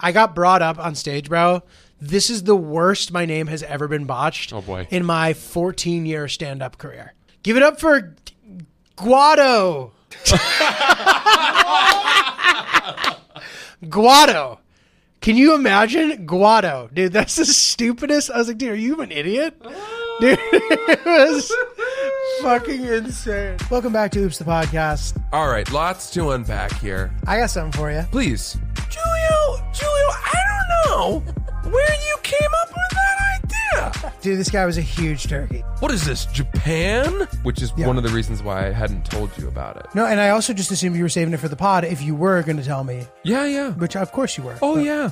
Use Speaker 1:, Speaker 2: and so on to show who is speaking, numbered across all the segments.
Speaker 1: I got brought up on stage, bro. This is the worst my name has ever been botched.
Speaker 2: Oh, boy.
Speaker 1: In my 14 year stand up career, give it up for Guado. Guado. Can you imagine Guado, dude? That's the stupidest. I was like, dude, are you an idiot, dude? It was fucking insane. Welcome back to Oops the podcast.
Speaker 3: All right, lots to unpack here.
Speaker 1: I got something for you.
Speaker 3: Please. Julio, Julio, I don't know where you came up with that idea.
Speaker 1: Dude, this guy was a huge turkey.
Speaker 3: What is this, Japan? Which is one of the reasons why I hadn't told you about it.
Speaker 1: No, and I also just assumed you were saving it for the pod if you were going to tell me,
Speaker 3: Yeah, yeah.
Speaker 1: which of course you were.
Speaker 3: Oh, yeah.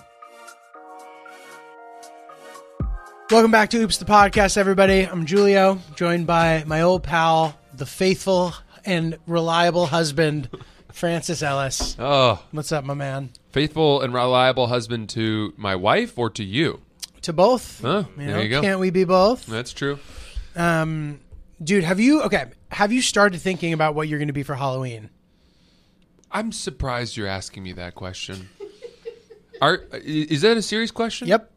Speaker 1: Welcome back to Oops the Podcast, everybody. I'm Julio, joined by my old pal, the faithful and reliable husband, Francis Ellis.
Speaker 2: Oh,
Speaker 1: What's up, my man?
Speaker 2: faithful and reliable husband to my wife or to you?
Speaker 1: To both.
Speaker 2: Huh, Oh, there you go.
Speaker 1: Can't we be both?
Speaker 2: That's true.
Speaker 1: Um, dude, have you, okay, have you started thinking about what you're going to be for Halloween?
Speaker 2: I'm surprised you're asking me that question. Are i- is that a serious question?
Speaker 1: Yep.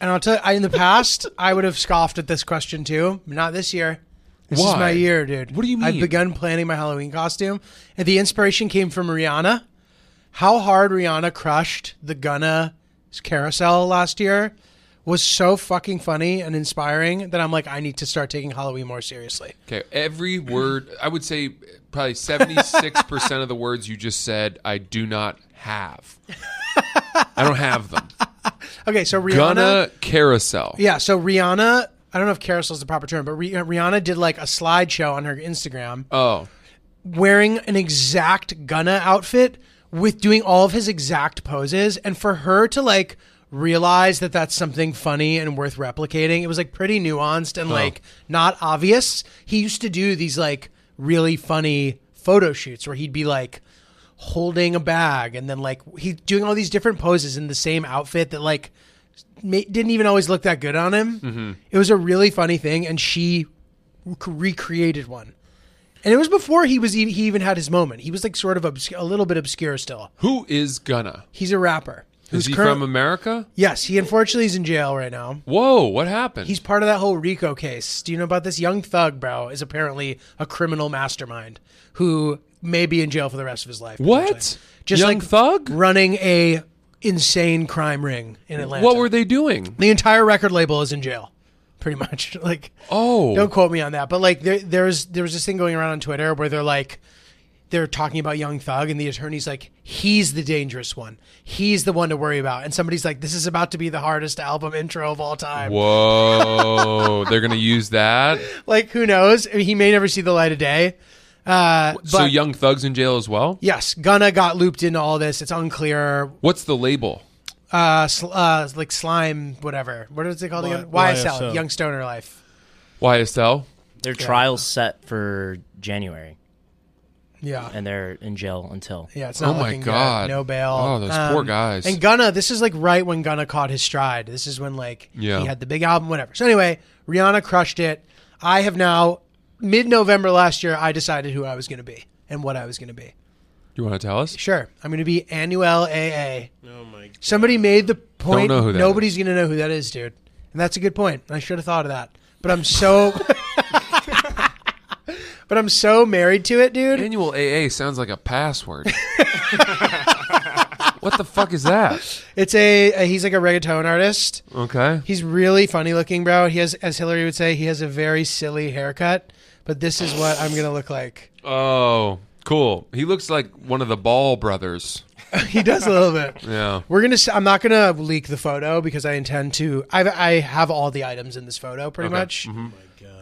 Speaker 1: And I'll tell you, I, in the past, I would have scoffed at this question too. Not this year. This is
Speaker 2: Why?
Speaker 1: my year, dude.
Speaker 2: What do you
Speaker 1: I've
Speaker 2: mean?
Speaker 1: begun planning my Halloween costume, and the inspiration came from Rihanna. How hard Rihanna crushed the Gunna carousel last year was so fucking funny and inspiring that I'm like, I need to start taking Halloween more seriously.
Speaker 2: Okay. Every word, I would say, probably seventy-six percent of the words you just said, I do not have. I don't have them.
Speaker 1: Okay, so Rihanna.
Speaker 2: Gonna carousel.
Speaker 1: Yeah, so Rihanna. I don't know if carousel is the proper term, but Rih- Rihanna did like a slideshow on her Instagram
Speaker 2: Oh,
Speaker 1: wearing an exact Gunna outfit with doing all of his exact poses. And for her to like realize that that's something funny and worth replicating, it was like pretty nuanced and like not obvious. He used to do these like really funny photo shoots where he'd be like holding a bag and then like he's doing all these different poses in the same outfit that like ma- didn't even always look that good on him. It was a really funny thing, and she rec- recreated one. And it was before he was e- he even had his moment. He was like sort of obsc- a little bit obscure still.
Speaker 2: who is gonna?
Speaker 1: He's a rapper.
Speaker 2: Is
Speaker 1: who's
Speaker 2: he
Speaker 1: curr-
Speaker 2: from America?
Speaker 1: yes, he unfortunately is in jail right now.
Speaker 2: Whoa, what happened?
Speaker 1: He's part of that whole Rico case. Do you know about this? Young Thug, bro, is apparently a criminal mastermind who may be in jail for the rest of his life.
Speaker 2: what?
Speaker 1: potentially. Just
Speaker 2: Young
Speaker 1: like
Speaker 2: Thug.
Speaker 1: running a insane crime ring in Atlanta.
Speaker 2: What were they doing?
Speaker 1: the entire record label is in jail pretty much like
Speaker 2: Oh,
Speaker 1: don't quote me on that but like there, there's there was this thing going around on twitter where they're like they're talking about young thug and the attorney's like he's the dangerous one he's the one to worry about and somebody's like this is about to be the hardest album intro of all time
Speaker 2: Whoa, they're gonna use that.
Speaker 1: like who knows I mean, he may never see the light of day uh
Speaker 2: so
Speaker 1: but-
Speaker 2: Young Thug's in jail as well.
Speaker 1: yes gunna got looped into all this it's unclear
Speaker 2: What's the label?
Speaker 1: uh, sl- uh like slime whatever what is it called again
Speaker 4: Y-
Speaker 1: ysl
Speaker 4: YSL.
Speaker 1: young stoner life
Speaker 2: YSL.
Speaker 4: Their trial's set for January,
Speaker 1: yeah
Speaker 4: and they're in jail until.
Speaker 1: Yeah, it's not
Speaker 2: Oh my
Speaker 1: looking good.
Speaker 2: God.
Speaker 1: No bail. Um,
Speaker 2: Oh, those poor guys.
Speaker 1: And Gunna, this is like right when Gunna caught his stride. This is when like
Speaker 2: Yeah.
Speaker 1: he had the big album, whatever. So anyway, Rihanna crushed it. I have now mid November last year, I decided who I was gonna be and what I was gonna be.
Speaker 2: You want to tell us?
Speaker 1: Sure. I'm gonna be Annuel AA. Oh my god. Somebody made the point
Speaker 2: know who that
Speaker 1: nobody's gonna know who that is, dude. And that's a good point. I should have thought of that. But I'm so But I'm so married to it, dude.
Speaker 2: Annual AA sounds like a password. what the fuck is that?
Speaker 1: It's a, a he's like a reggaeton artist.
Speaker 2: Okay.
Speaker 1: He's really funny looking, bro. He has, as Hillary would say, he has a very silly haircut. But this is what I'm gonna look like.
Speaker 2: Oh, cool. He looks like one of the Ball brothers.
Speaker 1: he does a little bit.
Speaker 2: Yeah.
Speaker 1: We're gonna. s- I'm not gonna leak the photo because I intend to. I've, I have all the items in this photo pretty
Speaker 2: Okay. Mm-hmm.
Speaker 1: much.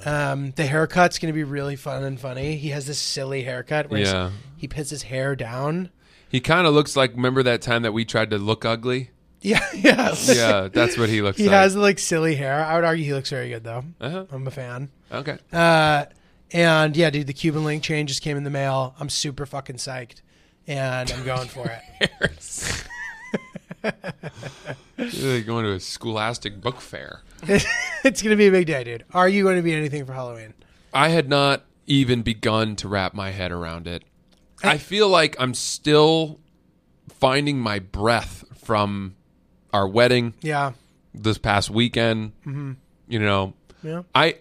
Speaker 1: Um, the haircut's gonna be really fun and funny. He has this silly haircut where he's-
Speaker 2: Yeah.
Speaker 1: he pins his hair down.
Speaker 2: He kind of looks like. Remember that time that we tried to look ugly?
Speaker 1: Yeah, yes.
Speaker 2: Yeah, that's what he looks
Speaker 1: He
Speaker 2: like.
Speaker 1: has like silly hair. I would argue he looks very good though.
Speaker 2: Uh-huh.
Speaker 1: I'm a fan.
Speaker 2: Okay.
Speaker 1: Uh, and yeah, dude, the Cuban link chain just came in the mail. I'm super fucking psyched, and I'm going for it.
Speaker 2: You're going to a scholastic book fair.
Speaker 1: it's gonna be a big day, dude. Are you going to be anything for Halloween?
Speaker 2: I had not even begun to wrap my head around it. I feel like I'm still finding my breath from our wedding
Speaker 1: Yeah.
Speaker 2: this past weekend. You know,
Speaker 1: Mm-hmm. Yeah.
Speaker 2: I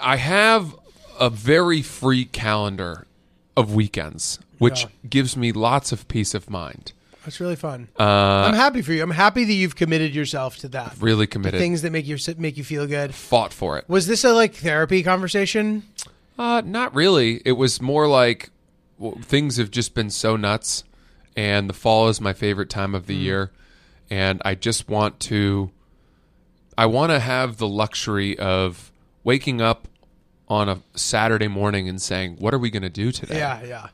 Speaker 2: I have a very free calendar of weekends, which
Speaker 1: Yeah.
Speaker 2: gives me lots of peace of mind.
Speaker 1: That's really fun. I'm happy for you. I'm happy that you've committed yourself to that.
Speaker 2: Really committed,
Speaker 1: Things that make you make you feel good.
Speaker 2: fought for it.
Speaker 1: Was this a like therapy conversation?
Speaker 2: Uh, not really. It was more like well, things have just been so nuts, and the fall is my favorite time of the year, and I just want to. I want to have the luxury of waking up on a Saturday morning and saying, "What are we going to do today?"
Speaker 1: Yeah, yeah.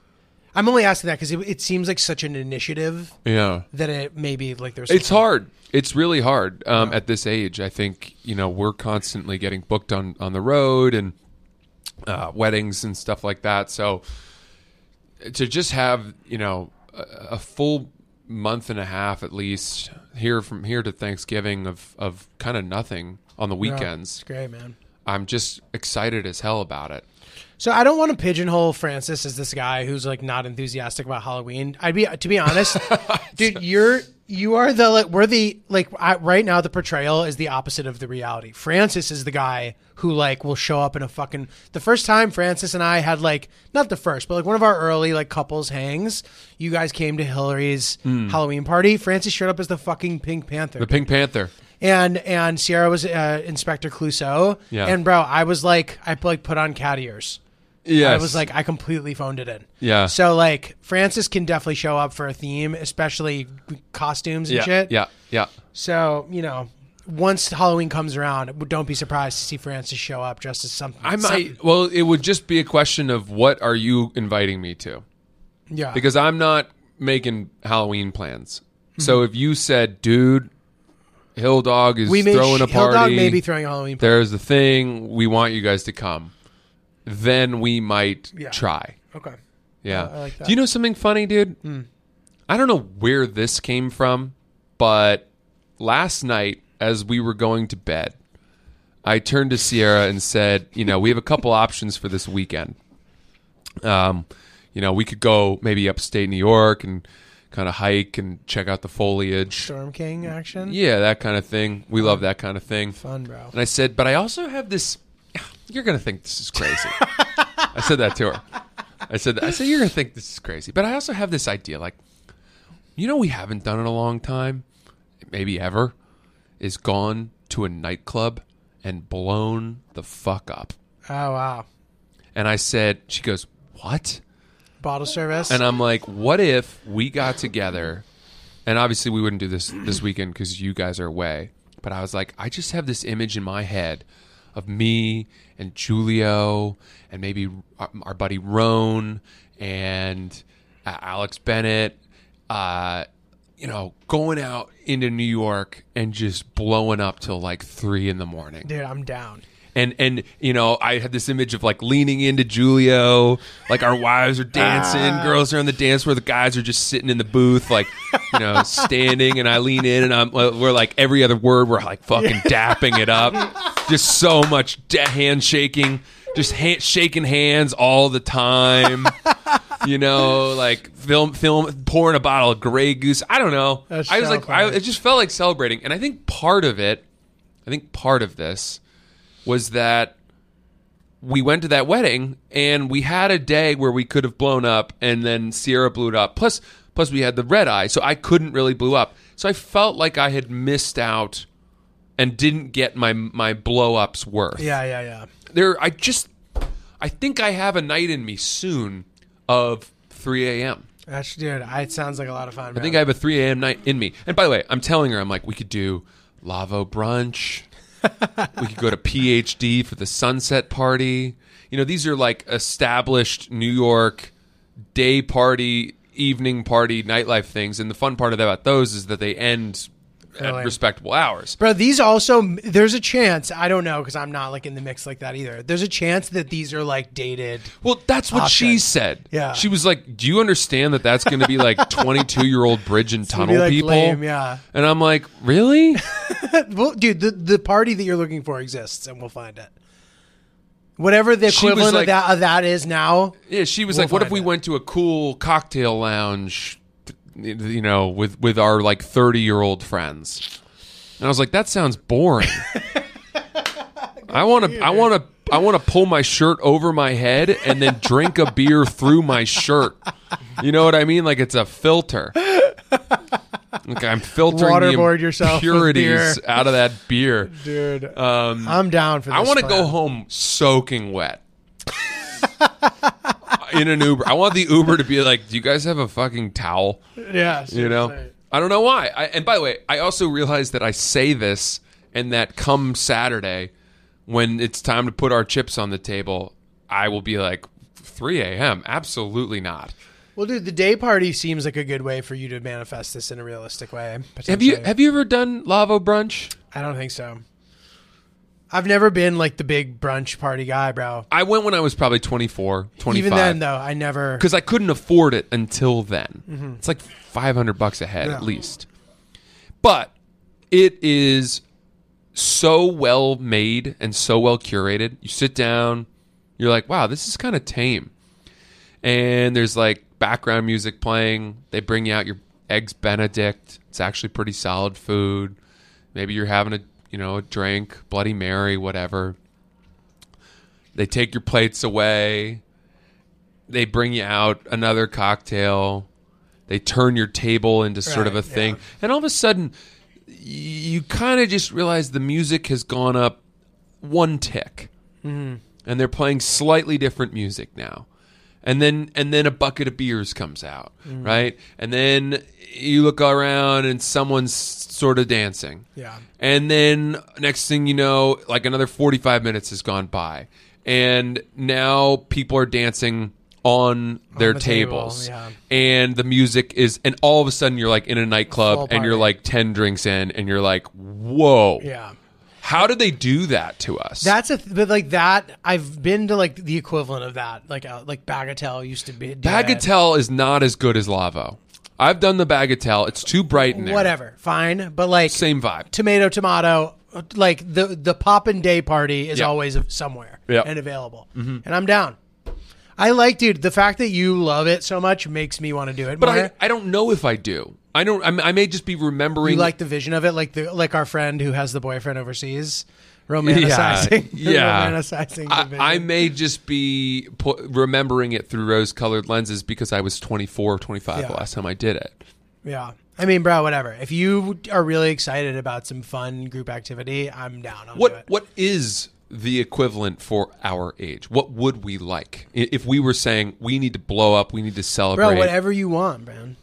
Speaker 1: I'm only asking that because it, it seems like such an initiative
Speaker 2: yeah.
Speaker 1: that it maybe like there's
Speaker 2: It's hard. It's really hard um, at this age. I think you know we're constantly getting booked on on the road and uh, weddings and stuff like that. So to just have you know a, a full month and a half at least here from here to Thanksgiving of of kind of nothing on the
Speaker 1: Yeah,
Speaker 2: weekends.
Speaker 1: It's great, man.
Speaker 2: I'm just excited as hell about it.
Speaker 1: So I don't want to pigeonhole Francis as this guy who's like not enthusiastic about Halloween. I'd be to be honest, dude. You're you are the like we're the like I, right now the portrayal is the opposite of the reality. Francis is the guy who like will show up in a fucking the first time Francis and I had like not the first but like one of our early like couples hangs. You guys came to Hillary's Halloween party. Francis showed up as the fucking Pink Panther.
Speaker 2: The Pink Panther.
Speaker 1: and and Sierra was uh, Inspector Clouseau.
Speaker 2: Yeah.
Speaker 1: And bro, I was like, I like put on cat ears.
Speaker 2: Yes.
Speaker 1: I was like, I completely phoned it in.
Speaker 2: Yeah.
Speaker 1: So like, Francis can definitely show up for a theme, especially costumes and
Speaker 2: yeah,
Speaker 1: shit.
Speaker 2: yeah, yeah.
Speaker 1: So you know, once Halloween comes around, don't be surprised to see Francis show up dressed as something.
Speaker 2: I
Speaker 1: some-
Speaker 2: might. Well, it would just be a question of what are you inviting me to.
Speaker 1: yeah.
Speaker 2: because I'm not making Halloween plans. So if you said, "Dude, Hill Dog is
Speaker 1: we may
Speaker 2: throwing a
Speaker 1: Hill
Speaker 2: party,"
Speaker 1: Dog may be throwing a Halloween. party.
Speaker 2: there's the thing we want you guys to come. Then we might
Speaker 1: Yeah.
Speaker 2: try.
Speaker 1: okay.
Speaker 2: Yeah.
Speaker 1: I like that. Hmm.
Speaker 2: Do you know something funny, dude? I don't know where this came from, but last night as we were going to bed, I turned to Sierra and said, "You know, we have a couple options for this weekend. Um, you know, we could go maybe upstate New York and kind of hike and check out the foliage.
Speaker 1: Storm King action.
Speaker 2: Yeah, that kind of thing. We love that kind of thing."
Speaker 1: Fun, bro. Oh,
Speaker 2: And I said, but I also have this. You're gonna think this is crazy. I said that to her. I said, I said you're gonna think this is crazy, but I also have this idea, like, you know, we haven't done in a long time, maybe ever, is gone to a nightclub and blown the fuck up.
Speaker 1: Oh wow.
Speaker 2: And I said, she goes, what?
Speaker 1: Bottle service.
Speaker 2: And I'm like, what if we got together? And obviously, we wouldn't do this this weekend because you guys are away. But I was like, I just have this image in my head of me and Julio and maybe our, our buddy Roan and uh, Alex Bennett, uh, you know, going out into New York and just blowing up till like three in the morning
Speaker 1: dude, I'm down.
Speaker 2: and and you know i had this image of like leaning into julio like our wives are dancing
Speaker 1: Ah.
Speaker 2: girls are on the dance floor the guys are just sitting in the booth like you know standing and i lean in and i'm we're like every other word we're like fucking dapping it up just so much da- handshaking just hand, shaking hands all the time you know like film film pouring a bottle of gray goose i don't know
Speaker 1: That's
Speaker 2: i was
Speaker 1: so
Speaker 2: like I,
Speaker 1: funny.
Speaker 2: it just felt like celebrating and i think part of it i think part of this was that we went to that wedding and we had a day where we could have blown up and then Sierra blew it up. Plus plus we had the red eye, so I couldn't really blew up. So I felt like I had missed out and didn't get my my blow ups worth.
Speaker 1: Yeah, yeah, yeah.
Speaker 2: There I just I think I have a night in me soon of three AM.
Speaker 1: That's dude. I, it sounds like a lot of fun.
Speaker 2: I think I have a 3 a.m. night in me. And by the way, I'm telling her, I'm like, we could do Lavo brunch. we could go to PhD for the sunset party. You know, these are like established New York day party, evening party, nightlife things. And the fun part of that about those is that they end
Speaker 1: Early.
Speaker 2: at respectable hours.
Speaker 1: Bro, these also there's a chance I don't know because I'm not like in the mix like that either. There's a chance that these are like dated.
Speaker 2: Well, that's what she
Speaker 1: Option.
Speaker 2: said.
Speaker 1: Yeah.
Speaker 2: She was like, Do you understand that that's going to be like 22 year old bridge and
Speaker 1: gonna
Speaker 2: tunnel
Speaker 1: be, like,
Speaker 2: people?
Speaker 1: lame, yeah.
Speaker 2: And I'm like, Really?
Speaker 1: Well, dude, the, the party that you're looking for exists, and we'll find it. Whatever the
Speaker 2: She was
Speaker 1: equivalent
Speaker 2: like-
Speaker 1: of that of that is now,
Speaker 2: Yeah, she was
Speaker 1: We'll
Speaker 2: like, "What if
Speaker 1: find
Speaker 2: we
Speaker 1: out.
Speaker 2: went to a cool cocktail lounge, th- you know, with with our like 30 year old friends. And I was like, that sounds boring. I want to, I want to, I want to pull my shirt over my head and then drink a beer through my shirt. You know what I mean? Like it's a filter. Like I'm filtering
Speaker 1: Waterboard
Speaker 2: the
Speaker 1: yourself with
Speaker 2: impurities
Speaker 1: beer.
Speaker 2: out of that beer.
Speaker 1: dude. I'm down for. this
Speaker 2: um, I want to
Speaker 1: plan.
Speaker 2: go home soaking wet. In an Uber, I want the Uber to be like, "Do you guys have a fucking towel?"
Speaker 1: Yeah,
Speaker 2: You know,
Speaker 1: seriously.
Speaker 2: I don't know why. I, and by the way, I also realized that I say this, and that come Saturday, when it's time to put our chips on the table, I will be like, 3 a.m. Absolutely not.
Speaker 1: Well, dude, the day party seems like a good way for you to manifest this in a realistic way.
Speaker 2: Have you
Speaker 1: potentially.
Speaker 2: have you ever done lavo brunch?
Speaker 1: I don't think so. I've never been like the big brunch party guy, bro.
Speaker 2: I went when I was probably 24, 25.
Speaker 1: Even then, though, I never.
Speaker 2: because I couldn't afford it until then. It's like five hundred bucks a head
Speaker 1: Yeah.
Speaker 2: at least, but it is so well made and so well curated. You sit down, you're like, wow, this is kind of tame, and there's like background music playing. They bring you out your eggs Benedict. It's actually pretty solid food. Maybe you're having a you know a drink, Bloody Mary, whatever. They take your plates away they bring you out another cocktail. They turn your table into sort of a
Speaker 1: Right,
Speaker 2: thing. And all of a sudden, y- you kind of just realize the music has gone up one tick. And they're playing slightly different music now. And then and then a bucket of beers comes out,
Speaker 1: Mm.
Speaker 2: right? And then you look around and someone's sort of dancing.
Speaker 1: Yeah.
Speaker 2: And then next thing you know, like another 45 minutes has gone by. And now people are dancing on their
Speaker 1: the table,
Speaker 2: tables.
Speaker 1: yeah.
Speaker 2: And the music is, and all of a sudden you're like in a
Speaker 1: Full
Speaker 2: nightclub and you're
Speaker 1: party.
Speaker 2: like 10 drinks in and you're like, whoa.
Speaker 1: yeah.
Speaker 2: How did they do that to us?
Speaker 1: That's a th- but like that. I've been to like the equivalent of that, like out like Bagatelle used to be. do that.
Speaker 2: Bagatelle is not as good as Lavo. I've done the Bagatelle. It's too bright in there.
Speaker 1: whatever, fine. But like
Speaker 2: Same vibe.
Speaker 1: tomato, tomato, uh, like the the pop and day party is
Speaker 2: Yeah.
Speaker 1: always somewhere
Speaker 2: Yeah. Mm-hmm.
Speaker 1: and available, and I'm down. I like, dude, the fact that you love it so much makes me want to do it.
Speaker 2: But
Speaker 1: more.
Speaker 2: I, I don't know if I do. I don't. I'm, I may just be remembering.
Speaker 1: you like the vision of it, like the like our friend who has the boyfriend overseas, romanticizing,
Speaker 2: yeah.
Speaker 1: romanticizing. The vision.
Speaker 2: I, I may just be pu- remembering it through rose-colored lenses because I was 24 or 25
Speaker 1: Yeah.
Speaker 2: the last time I did it.
Speaker 1: yeah. I mean, bro, whatever. If you are really excited about some fun group activity, I'm down. I'll do
Speaker 2: What
Speaker 1: it.
Speaker 2: What is the equivalent for our age? What would we like I- if we were saying we need to blow up? We need to celebrate.
Speaker 1: bro? Whatever you want, man.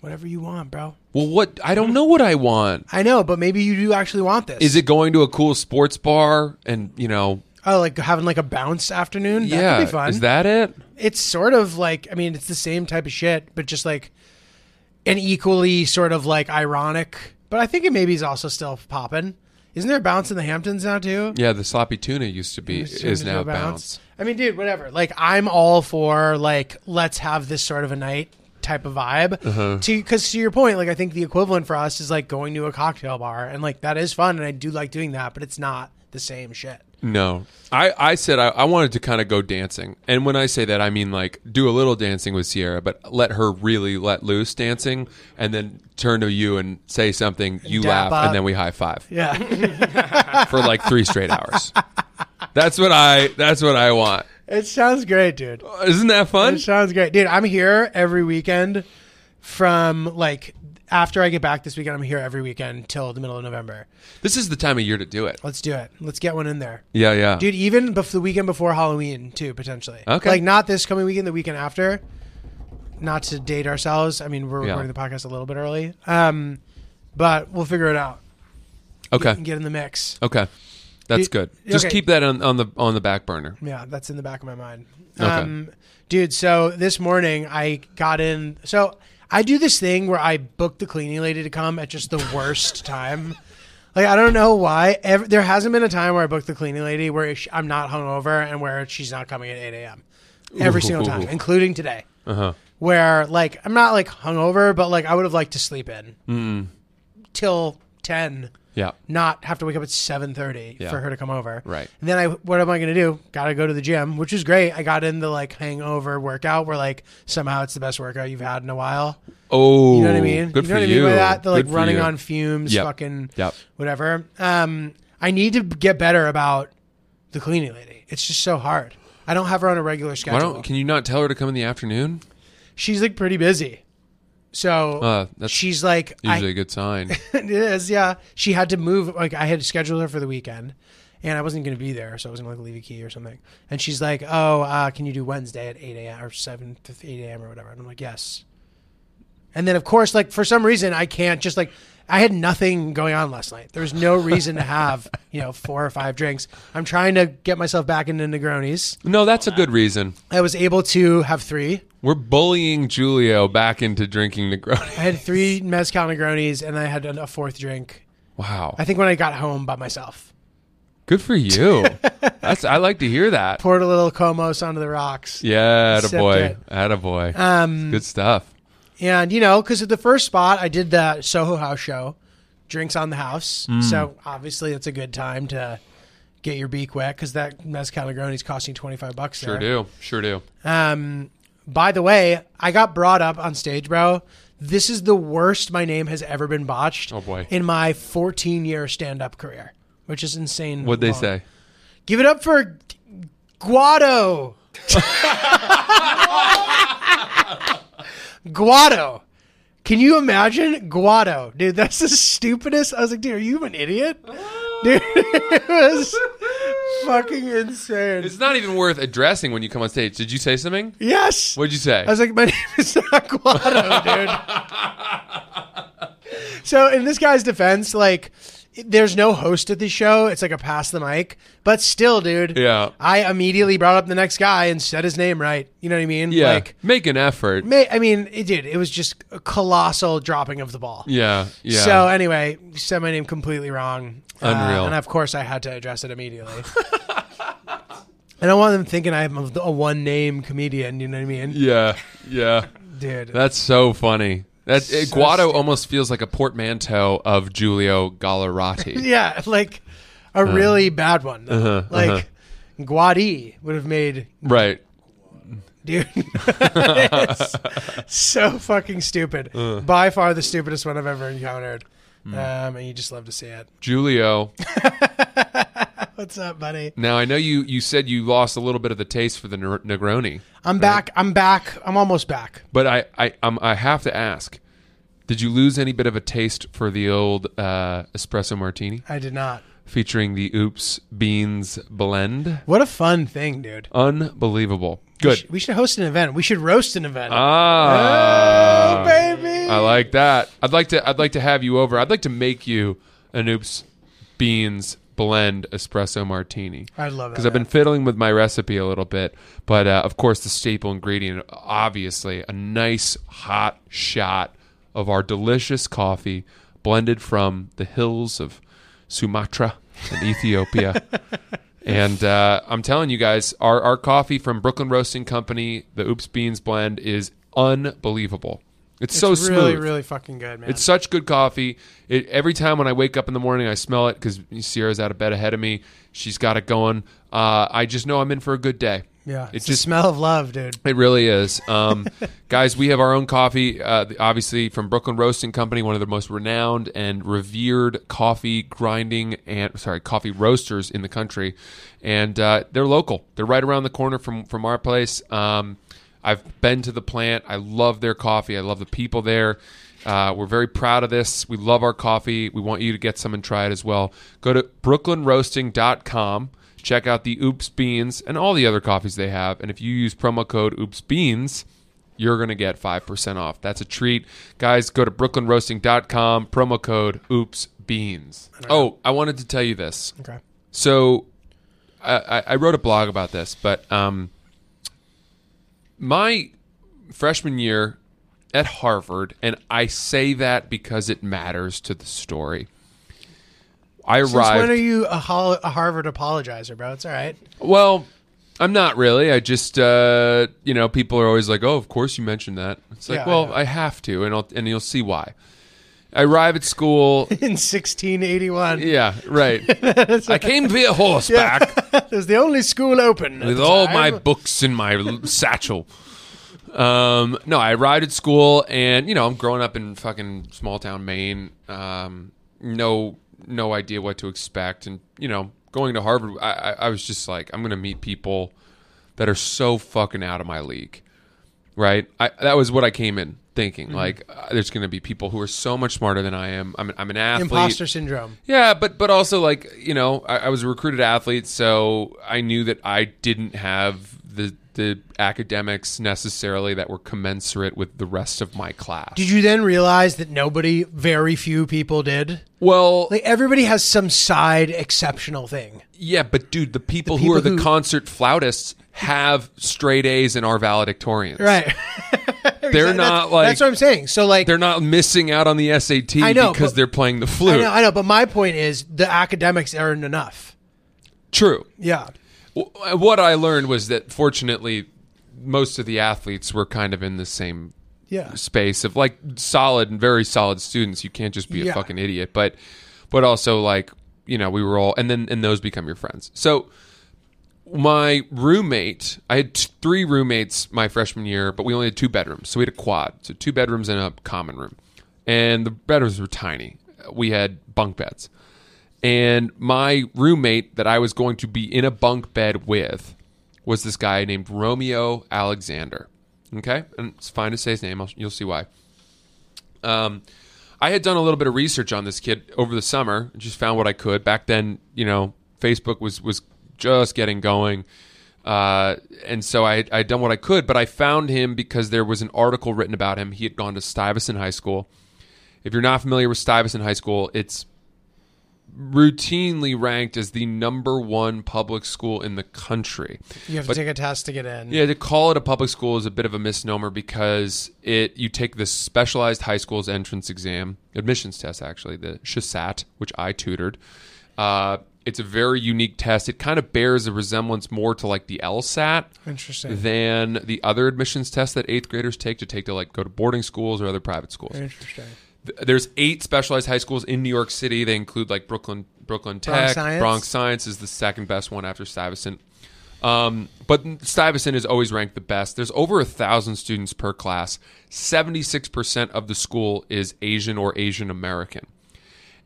Speaker 1: Whatever you want, bro.
Speaker 2: Well, what I don't know what I want.
Speaker 1: I know, but maybe you do actually want this.
Speaker 2: Is it going to a cool sports bar and you know?
Speaker 1: Oh, like having like a bounce afternoon. That
Speaker 2: yeah,
Speaker 1: could be fun.
Speaker 2: is that it?
Speaker 1: it's sort of like I mean, it's the same type of shit, but just like an equally sort of like ironic. But I think it maybe is also still popping. Isn't there a bounce in the Hamptons now too?
Speaker 2: Yeah, the sloppy tuna used to be
Speaker 1: Soon
Speaker 2: is
Speaker 1: as
Speaker 2: now
Speaker 1: you
Speaker 2: bounce.
Speaker 1: I mean, dude, whatever. Like, I'm all for like let's have this sort of a night type of vibe.
Speaker 2: Uh-huh.
Speaker 1: To because to your point, like I think the equivalent for us is like going to a cocktail bar, and like that is fun, and I do like doing that, but it's not the same shit.
Speaker 2: No, I I said I, I wanted to kind of go dancing, and when I say that, I mean like do a little dancing with Sierra, but let her really let loose dancing, and then turn to you and say something, you
Speaker 1: dap
Speaker 2: laugh,
Speaker 1: up.
Speaker 2: and then we high five
Speaker 1: Yeah.
Speaker 2: for like three straight hours. That's what I. That's what I want.
Speaker 1: It sounds great, dude.
Speaker 2: Isn't that fun?
Speaker 1: It sounds great, dude. I'm here every weekend from like after I get back this weekend. I'm here every weekend till the middle of November.
Speaker 2: This is the time of year to do it.
Speaker 1: Let's do it. Let's get one in there,
Speaker 2: Yeah, yeah.
Speaker 1: dude. Even bef- the weekend before Halloween too, potentially.
Speaker 2: Okay.
Speaker 1: Like not this coming weekend, the weekend after. Not to date ourselves. I mean, we're
Speaker 2: Yeah.
Speaker 1: recording the podcast a little bit early, um, but we'll figure it out
Speaker 2: okay,
Speaker 1: and get in the mix.
Speaker 2: okay, that's
Speaker 1: Dude,
Speaker 2: good. Just
Speaker 1: okay.
Speaker 2: keep that on, on the on the back burner.
Speaker 1: Yeah, that's in the back of my mind.
Speaker 2: Okay.
Speaker 1: Um, dude, so this morning I got in. So I do this thing where I book the cleaning lady to come at just the worst time. Like I don't know why. Ever, there hasn't been a time where I booked the cleaning lady where sh- I'm not hungover and where she's not coming at 8 a.m. Every single time,
Speaker 2: Ooh. Uh-huh.
Speaker 1: including today. Where like I'm not like hungover, but like I would have liked to sleep in till ten,
Speaker 2: Yeah.
Speaker 1: not have to wake up at seven thirty
Speaker 2: Yeah.
Speaker 1: for her to come over.
Speaker 2: Right.
Speaker 1: And then I, what am I going to do? Got to go to the gym, which is great. I got in the like hangover workout where like somehow it's the best workout you've had in a while.
Speaker 2: Oh,
Speaker 1: You know what I mean?
Speaker 2: Good
Speaker 1: you
Speaker 2: for
Speaker 1: know what
Speaker 2: you.
Speaker 1: I mean by that? The like
Speaker 2: Good for
Speaker 1: running
Speaker 2: you.
Speaker 1: on fumes,
Speaker 2: Yep.
Speaker 1: fucking
Speaker 2: Yep.
Speaker 1: whatever. Um, I need to get better about the cleaning lady. It's just so hard. I don't have her on a regular schedule.
Speaker 2: Why don't? Can you not tell her to come in the afternoon?
Speaker 1: she's like pretty busy. So
Speaker 2: Uh, that's
Speaker 1: she's like,
Speaker 2: Usually a good sign.
Speaker 1: I, it is, yeah. She had to move. Like I had scheduled her for the weekend, and I wasn't going to be there, so I was going to like leave a key or something. And she's like, "Oh, uh, can you do Wednesday at eight a.m. or seven to eight a.m. or whatever?" And I'm like, "Yes." And then of course, like for some reason, I can't just like. I had nothing going on last night. There was no reason to have, you know, four or five drinks. I'm trying to get myself back into Negronis.
Speaker 2: No, that's a good reason.
Speaker 1: I was able to have three.
Speaker 2: We're bullying Julio back into drinking
Speaker 1: I
Speaker 2: Negroni.
Speaker 1: had three mezcal Negronis, and I had a fourth drink.
Speaker 2: Wow,
Speaker 1: I think when I got home by myself,
Speaker 2: good for you. That's I like to hear that.
Speaker 1: poured a little Comos onto the rocks.
Speaker 2: Yeah, attaboy. boy,
Speaker 1: Sipped
Speaker 2: attaboy. Um, good stuff.
Speaker 1: And, you know, because at the first spot, I did the Soho House show, Drinks on the House.
Speaker 2: Mm.
Speaker 1: So obviously, it's a good time to get your beak wet because that Mezcal Negroni is costing 25 bucks
Speaker 2: Sure
Speaker 1: there.
Speaker 2: do. Sure do.
Speaker 1: Um, by the way, I got brought up on stage, bro. This is the worst my name has ever been botched
Speaker 2: Oh, boy.
Speaker 1: in my 14 year stand up career, which is insane.
Speaker 2: What'd they
Speaker 1: long.
Speaker 2: say?
Speaker 1: Give it up for Guado. Guado. Can you imagine Guado? Dude, that's the stupidest. I was like, dude, are you an idiot? Dude, it was fucking insane.
Speaker 2: It's not even worth addressing when you come on stage. Did you say something?
Speaker 1: Yes.
Speaker 2: What'd you say?
Speaker 1: I was like, my name is not Guado, dude. so, in this guy's defense, like, there's no host at the show. It's like a pass the mic. But still, dude.
Speaker 2: yeah.
Speaker 1: I immediately brought up the next guy and said his name right. You know what I mean?
Speaker 2: Yeah.
Speaker 1: Like,
Speaker 2: Make an effort.
Speaker 1: ma- I mean, it did. It was just a colossal dropping of the ball.
Speaker 2: yeah. Yeah.
Speaker 1: So anyway, said my name completely wrong. Uh,
Speaker 2: Unreal.
Speaker 1: and of course, I had to address it immediately. I don't want them thinking I'm a, a one name comedian. You know what I mean?
Speaker 2: yeah. Yeah.
Speaker 1: Dude.
Speaker 2: That's so funny. That it,
Speaker 1: So
Speaker 2: Guado
Speaker 1: stupid.
Speaker 2: almost feels like a portmanteau of Giulio Gallerati.
Speaker 1: yeah. Like a
Speaker 2: Uh-huh.
Speaker 1: really bad one. though. like Guadi would have made
Speaker 2: Right.
Speaker 1: dude. it's so fucking stupid.
Speaker 2: Uh.
Speaker 1: By far the stupidest one I've ever encountered. Um, and you just love to see it.
Speaker 2: Giulio.
Speaker 1: What's up, buddy?
Speaker 2: Now I know you you said you lost a little bit of the taste for the Ner- Negroni,
Speaker 1: I'm back. I'm back. I'm almost back.
Speaker 2: but I I um, I have to ask, did you lose any bit of a taste for the old uh, espresso martini
Speaker 1: I did not.
Speaker 2: featuring the Oops beans blend?
Speaker 1: What a fun thing, dude.
Speaker 2: Unbelievable.
Speaker 1: We
Speaker 2: Good.
Speaker 1: should, we should host an event. We should roast an event.
Speaker 2: Ah,
Speaker 1: Oh, baby.
Speaker 2: I like that. I'd like to. I'd like to have you over. I'd like to make you an oops beans blend espresso martini.
Speaker 1: I love that.
Speaker 2: Because Ah. I've been
Speaker 1: man.
Speaker 2: fiddling with my recipe a little bit, but uh, of course the staple ingredient, obviously, a nice hot shot of our delicious coffee blended from the hills of Sumatra and Ethiopia. And uh, I'm telling you guys, our, our coffee from Brooklyn Roasting Company, the Oops Beans blend, is unbelievable. It's, so
Speaker 1: It's
Speaker 2: smooth.
Speaker 1: really, really fucking good, man.
Speaker 2: It's such good coffee. It, every time when I wake up in the morning, I smell it because Sierra's out of bed ahead of me. She's got it going. Uh, I just know I'm in for a good day.
Speaker 1: yeah.
Speaker 2: it
Speaker 1: It's
Speaker 2: just
Speaker 1: the smell of love, dude.
Speaker 2: it really is. Um, guys, we have our own coffee, uh, obviously from Brooklyn Roasting Company, one of the most renowned and revered coffee grinding and sorry coffee roasters in the country, and uh, they're local. They're right around the corner from from our place. Um, I've been to the plant. I love their coffee. I love the people there. Uh, we're very proud of this. We love our coffee. We want you to get some and try it as well. Go to brooklynroasting.com. Check out the Oops Beans and all the other coffees they have. And if you use promo code Oops Beans, you're going to get 5% off. That's a treat. Guys, go to brooklynroasting.com, promo code Oops Beans. Oh, I wanted to tell you this.
Speaker 1: Okay.
Speaker 2: So I, I- I wrote a blog about this, but um, my freshman year at Harvard, and I say that because it matters to the story. I
Speaker 1: Since when
Speaker 2: arrived.
Speaker 1: are you a, hol- a Harvard apologizer, bro? It's all right.
Speaker 2: Well, I'm not really. I just, uh, you know, people are always like, "Oh, of course you mentioned that." It's like,
Speaker 1: Yeah,
Speaker 2: well,
Speaker 1: yeah.
Speaker 2: I have to, and I'll, and you'll see why. I arrive at school.
Speaker 1: in 1681.
Speaker 2: Yeah, right. I came via horseback
Speaker 1: it was the only school open. at
Speaker 2: with
Speaker 1: the
Speaker 2: all
Speaker 1: time.
Speaker 2: my books in my l- satchel. Um, no, I arrived at school, and you know, I'm growing up in fucking small town Maine. Um, no, no idea what to expect, and you know, going to Harvard, I, I, I was just like, I'm gonna meet people that are so fucking out of my league, right? I, that was what I came in thinking.
Speaker 1: Mm-hmm.
Speaker 2: Like, uh, there's gonna be people who are so much smarter than I am. I'm, an- I'm an athlete.
Speaker 1: imposter syndrome.
Speaker 2: Yeah, but but also like you know, I, I was a recruited athlete, so I knew that I didn't have the the academics necessarily that were commensurate with the rest of my class.
Speaker 1: Did you then realize that nobody, very few people did?
Speaker 2: well,
Speaker 1: Like everybody has some side exceptional thing.
Speaker 2: yeah, but dude, the people,
Speaker 1: people
Speaker 2: who are the
Speaker 1: who-
Speaker 2: concert flautists have straight A's and are valedictorians.
Speaker 1: Right.
Speaker 2: They're not like
Speaker 1: That's what I'm saying. So like
Speaker 2: they're not missing out on the SAT
Speaker 1: I know,
Speaker 2: because
Speaker 1: but-
Speaker 2: they're playing the flute.
Speaker 1: I know, I know, but my point is the academics aren't enough.
Speaker 2: True.
Speaker 1: Yeah.
Speaker 2: W- What I learned was that fortunately, most of the athletes were kind of in the same
Speaker 1: Yeah.
Speaker 2: space of like solid and very solid students. You can't just be a
Speaker 1: Yeah.
Speaker 2: fucking idiot, but but also like you know we were all and then and those become your friends. So my roommate, I had t- three roommates my freshman year, but we only had two bedrooms, so we had a quad, so two bedrooms and a common room, and the bedrooms were tiny. We had bunk beds, and my roommate that I was going to be in a bunk bed with was this guy named Romeo Alexander. Okay, and it's fine to say his name. I'll, you'll see why. Um, I had done a little bit of research on this kid over the summer. Just found what I could. Back then, you know, Facebook was was just getting going, uh, and so I I had done what I could. But I found him because there was an article written about him. He had gone to Stuyvesant High School. If you're not familiar with Stuyvesant High School, it's routinely ranked as the number one public school in the country.
Speaker 1: You have to take a test to get in.
Speaker 2: Yeah, to call it a public school is a bit of a misnomer because it you take the specialized high school's entrance exam, admissions test actually, the SHSAT, which I tutored. Uh, it's a very unique test. It kind of bears a resemblance more to like the LSAT Mm-hmm.
Speaker 1: Interesting.
Speaker 2: than the other admissions test that eighth graders take to take to like go to boarding schools or other private schools.
Speaker 1: Interesting.
Speaker 2: Th- There's eight specialized high schools in New York City. They include like Brooklyn, Brooklyn Tech,
Speaker 1: Bronx Science?
Speaker 2: Science is the second best one after Stuyvesant. Um, but Stuyvesant is always ranked the best. There's over a thousand students per class. Seventy-six percent of the school is Asian or Asian American.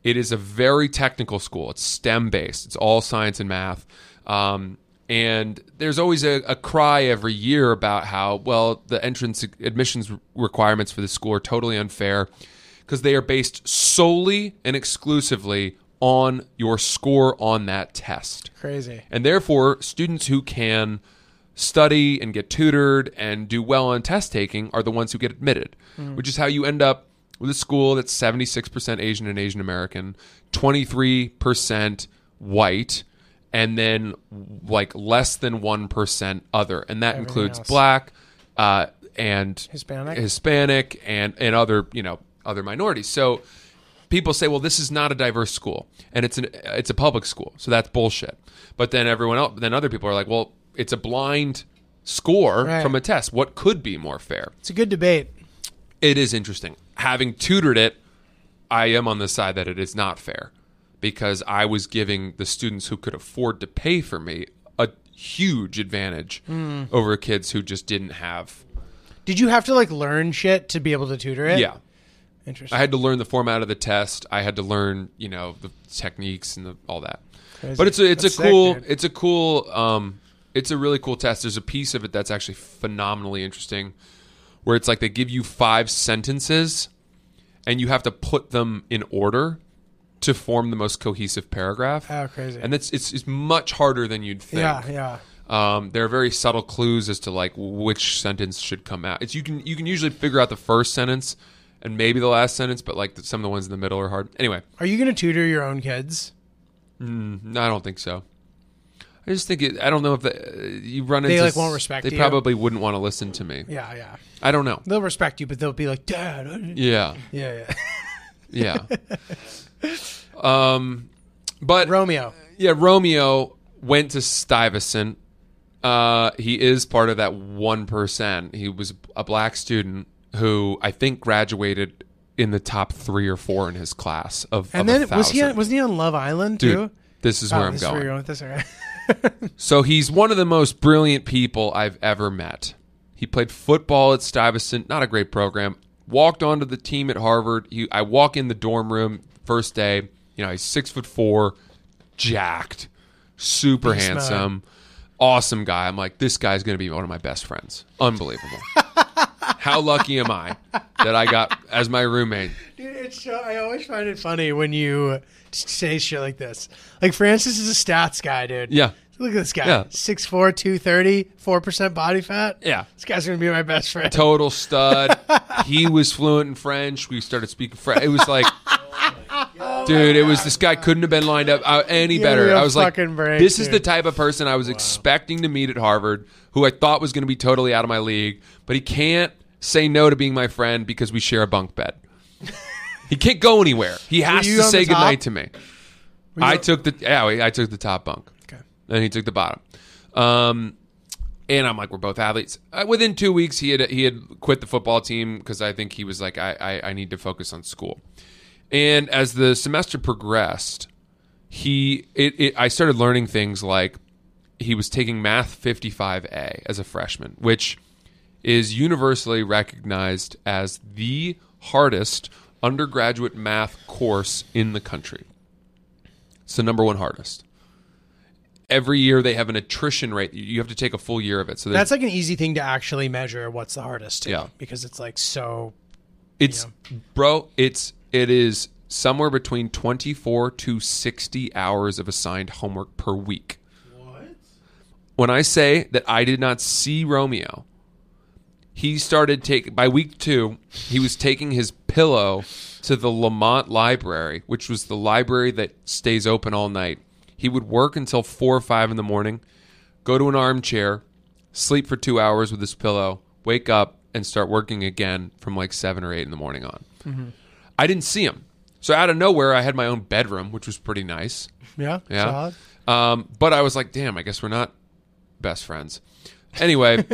Speaker 2: It is a very technical school. It's STEM based. It's all science and math. Um, and there's always a, a cry every year about how well the entrance admissions requirements for the school are totally unfair because they are based solely and exclusively on your score on that test.
Speaker 1: Crazy.
Speaker 2: And therefore, students who can study and get tutored and do well on test taking are the ones who get admitted,
Speaker 1: Hmm.
Speaker 2: which is how you end up with a school that's 76% Asian and Asian American, 23% white, and then like less than 1% other. And that includes
Speaker 1: else.
Speaker 2: black uh, and
Speaker 1: Hispanic?
Speaker 2: Hispanic and, and other, you know, other minorities. So people say, well, this is not a diverse school, and it's an it's a public school, so that's bullshit. But then everyone else, then other people are like, well, it's a blind score
Speaker 1: Right.
Speaker 2: from a test. What could be more fair?
Speaker 1: It's a good debate.
Speaker 2: It is interesting. Having tutored it, I am on the side that it is not fair because I was giving the students who could afford to pay for me a huge advantage over kids who just didn't have.
Speaker 1: Did you have to like learn shit to be able to tutor it?
Speaker 2: Yeah.
Speaker 1: Interesting.
Speaker 2: I had to learn the format of the test. I had to learn, you know, the techniques and the, all that. But it's a it's
Speaker 1: That's
Speaker 2: a
Speaker 1: sick,
Speaker 2: cool
Speaker 1: dude.
Speaker 2: it's a cool um it's a really cool test. There's a piece of it that's actually phenomenally interesting, where it's like they give you five sentences, and you have to put them in order to form the most cohesive paragraph.
Speaker 1: Oh, crazy.
Speaker 2: And that's it's, it's much harder than you'd think.
Speaker 1: yeah, yeah.
Speaker 2: Um, there are very subtle clues as to like which sentence should come out. It's you can you can usually figure out the first sentence and maybe the last sentence, but like the, some of the ones in the middle are hard. Anyway,
Speaker 1: Are you going to tutor your own kids?
Speaker 2: no, I don't think so. I just think it, I don't know if the, uh, you run
Speaker 1: They,
Speaker 2: into
Speaker 1: like,
Speaker 2: s-
Speaker 1: won't respect
Speaker 2: They
Speaker 1: you?
Speaker 2: probably wouldn't want to listen to me.
Speaker 1: Yeah, yeah.
Speaker 2: I don't know.
Speaker 1: They'll respect you, but they'll be like, Dad. uh,
Speaker 2: Yeah,
Speaker 1: Yeah, yeah.
Speaker 2: yeah. um, but
Speaker 1: Romeo.
Speaker 2: yeah, Romeo went to Stuyvesant. Uh, he is part of that one percent. He was a black student who I think graduated in the top three or four in his class of.
Speaker 1: And
Speaker 2: of a
Speaker 1: then was he on,
Speaker 2: thousand.
Speaker 1: wasn't he on Love Island
Speaker 2: Dude,
Speaker 1: too?
Speaker 2: this is
Speaker 1: Oh,
Speaker 2: where I'm
Speaker 1: this is
Speaker 2: going.
Speaker 1: where you're with this, all right.
Speaker 2: So he's one of the most brilliant people I've ever met. He played football at Stuyvesant, not a great program. Walked onto the team at Harvard. He, I walk in the dorm room first day. You know, he's six foot four, jacked, super
Speaker 1: Beast mode.
Speaker 2: handsome, awesome guy. I'm like, this guy's going to be one of my best friends. Unbelievable. How lucky am I that I got as my roommate?
Speaker 1: Dude, it's so, I always find it funny when you say shit like this. Like Francis is a stats guy, dude.
Speaker 2: Yeah.
Speaker 1: Look at this guy.
Speaker 2: Yeah.
Speaker 1: 6'4", 230, 4% body fat.
Speaker 2: Yeah.
Speaker 1: This guy's going to be my best friend.
Speaker 2: total stud. he was fluent in French. We started speaking French. It was like, dude, it was this guy couldn't have been lined up uh, any better.
Speaker 1: me a
Speaker 2: I was like,
Speaker 1: fucking break,
Speaker 2: this is
Speaker 1: dude.
Speaker 2: the type of person I was expecting to meet at Harvard, who I thought was going to be totally out of my league, but he can't say no to being my friend because we share a bunk bed. he can't go anywhere. He has
Speaker 1: you
Speaker 2: to
Speaker 1: on
Speaker 2: say
Speaker 1: the top?
Speaker 2: goodnight to me. I
Speaker 1: you-
Speaker 2: took the yeah, I took the top bunk.
Speaker 1: Okay.
Speaker 2: And he took the bottom. Um, and I'm like, we're both athletes. Uh, within two weeks, he had he had quit the football team because I think he was like, I, I I need to focus on school. And as the semester progressed, he it, it I started learning things like he was taking math 55A as a freshman, which is universally recognized as the hardest undergraduate math course in the country. It's the number one hardest. Every year they have an attrition rate. You- You have to take a full year of it. So there's
Speaker 1: That's like an easy thing to actually measure what's the hardest. too,
Speaker 2: Yeah.
Speaker 1: Because it's like so.
Speaker 2: It's bro, it's it is somewhere between 24 to 60 hours of assigned homework per week. What? When I say that I did not see Romeo, he started take by week 2, he was taking his pillow to the Lamont Library, which was the library that stays open all night. He would work until 4 or 5 in the morning, go to an armchair, sleep for two hours with his pillow, wake up, and start working again from like seven or eight in the morning on. I didn't see him. So out of nowhere, I had my own bedroom, which was pretty nice.
Speaker 1: Yeah.
Speaker 2: Yeah.
Speaker 1: solid.
Speaker 2: Um, but I was like, damn, I guess we're not best friends. Anyway,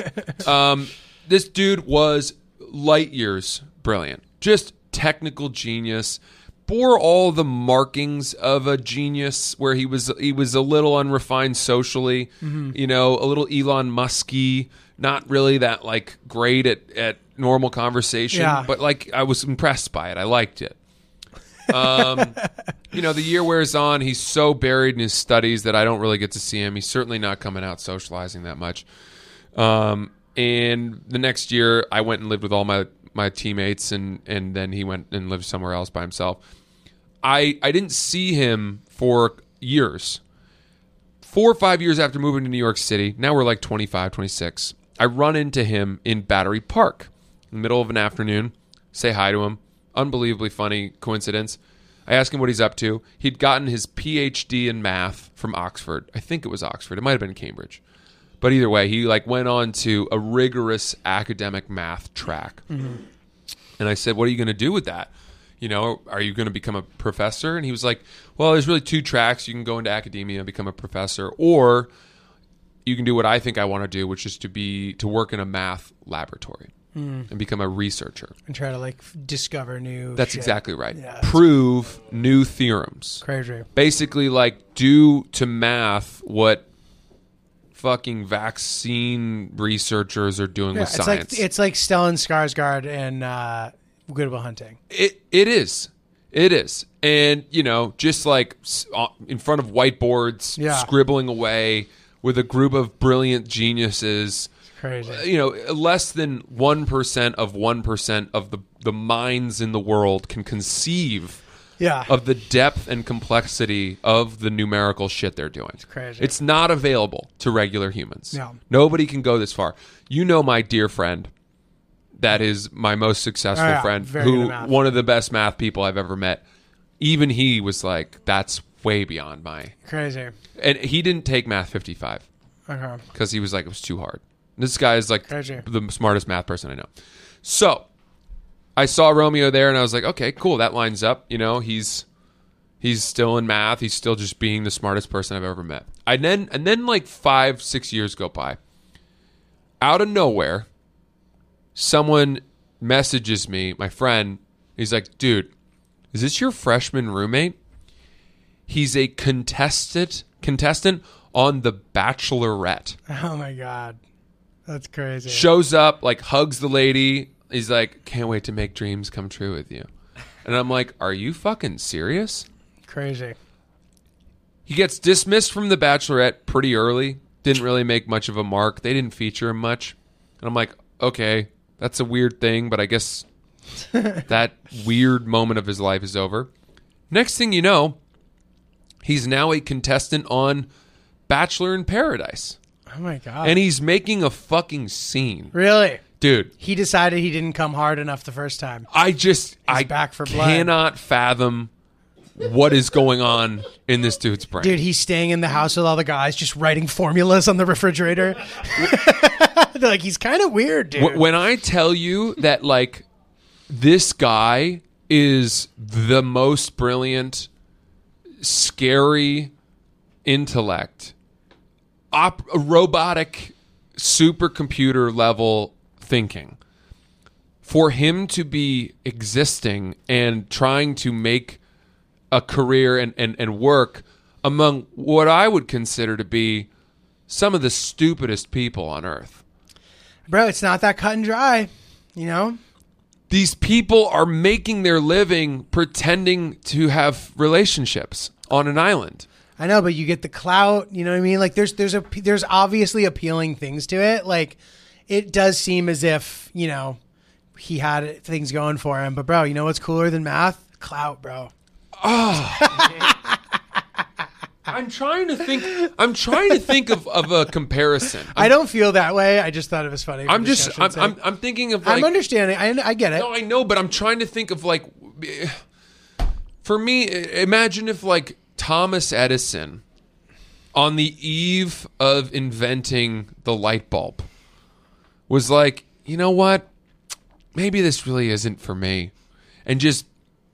Speaker 2: um, this dude was light years brilliant. Just technical genius. Bore all the markings of a genius where he was he was a little unrefined socially, you know, a little Elon Musky, not really that like great at, at normal conversation,
Speaker 1: Yeah.
Speaker 2: but like I was impressed by it. I liked it you know, the year wears on. He's so buried in his studies that I don't really get to see him. He's certainly not coming out socializing that much. Um, and the next year, I went and lived with all my my teammates, and and then he went and lived somewhere else by himself. I I didn't see him for years. Four or five years after moving to New York City, now we're like 25, 26. I run into him in Battery Park in the middle of an afternoon, say hi to him. Unbelievably funny coincidence. I ask him what he's up to. He'd gotten his PhD in math from Oxford. I think it was Oxford. It might have been Cambridge. But either way, he like went on to a rigorous academic math track. And I said, "What are you going to do with that? You know, are you going to become a professor?" And he was like, "Well, there's really two tracks. You can go into academia and become a professor, or you can do what I think I want to do, which is to be to work in a math laboratory
Speaker 1: Hmm.
Speaker 2: and become a researcher."
Speaker 1: And try to like f- discover new.
Speaker 2: That's
Speaker 1: shit.
Speaker 2: exactly right.
Speaker 1: Yeah, that's-
Speaker 2: Prove new theorems
Speaker 1: Crazy.
Speaker 2: basically like do to math what fucking vaccine researchers are doing
Speaker 1: Yeah,
Speaker 2: with
Speaker 1: it's
Speaker 2: science.
Speaker 1: like it's like Stellan Skarsgård and uh, Goodwill Hunting.
Speaker 2: it it is. It is. And you know, just like s- uh, in front of whiteboards
Speaker 1: Yeah.
Speaker 2: scribbling away with a group of brilliant geniuses uh,
Speaker 1: Crazy.
Speaker 2: you know, less than 1% of 1% of the the minds in the world can conceive
Speaker 1: yeah.
Speaker 2: of the depth and complexity of the numerical shit they're doing. It's
Speaker 1: crazy.
Speaker 2: It's not available to regular humans.
Speaker 1: No.
Speaker 2: Nobody can go this far. You know my dear friend that is my most successful
Speaker 1: Oh, yeah.
Speaker 2: friend
Speaker 1: Very good
Speaker 2: who
Speaker 1: at math.
Speaker 2: one of the best math people I've ever met. Even he was like that's way beyond my.
Speaker 1: Crazy.
Speaker 2: And he didn't take math 55
Speaker 1: Okay.
Speaker 2: because he was like it was too hard. This guy is like
Speaker 1: Gotcha.
Speaker 2: the smartest math person I know. So I saw Romeo there, and I was like, okay, cool, that lines up. You know, he's he's still in math. He's still just being the smartest person I've ever met. And then and then like five six years go by. Out of nowhere, someone messages me, my friend, He's like, dude, is this your freshman roommate? He's a contested contestant on The Bachelorette.
Speaker 1: Oh my god, that's crazy.
Speaker 2: Shows up, like hugs the lady. He's like, can't wait to make dreams come true with you. And I'm like, are you fucking serious?
Speaker 1: crazy.
Speaker 2: He gets dismissed from The Bachelorette pretty early. Didn't really make much of a mark. They didn't feature him much. And I'm like, okay, that's a weird thing, but I guess that weird moment of his life is over. Next thing you know, he's now a contestant on Bachelor in Paradise.
Speaker 1: Oh my god.
Speaker 2: And he's making a fucking scene.
Speaker 1: really?
Speaker 2: Dude,
Speaker 1: He decided he didn't come hard enough the first time.
Speaker 2: I just I
Speaker 1: back for blood.
Speaker 2: cannot fathom what is going on in this dude's brain.
Speaker 1: Dude, he's staying in the house with all the guys, just writing formulas on the refrigerator. They're like, he's kind of weird, dude.
Speaker 2: Wh- when I tell you that like this guy is the most brilliant, scary intellect, op- robotic supercomputer level thinking. For him to be existing and trying to make a career and, and, and work among what I would consider to be some of the stupidest people on earth.
Speaker 1: Bro, it's not that cut and dry, you know?
Speaker 2: these people are making their living pretending to have relationships on an island.
Speaker 1: I know, but you get the clout. You know what I mean? Like, there's there's a there's obviously appealing things to it. Like, it does seem as if you know he had things going for him. But bro, you know what's cooler than math? Clout, bro.
Speaker 2: I'm trying to think I'm trying to think of, of a comparison.
Speaker 1: I
Speaker 2: I'm,
Speaker 1: don't feel that way. I just thought it was funny. for
Speaker 2: I'm just I'm,
Speaker 1: discussion's
Speaker 2: I'm
Speaker 1: sake.
Speaker 2: I'm thinking of
Speaker 1: I'm
Speaker 2: like
Speaker 1: understanding. I, I get it.
Speaker 2: No, I know, but I'm trying to think of like for me i- imagine if like Thomas Edison on the eve of inventing the light bulb was like, "You know what? Maybe this really isn't for me." And just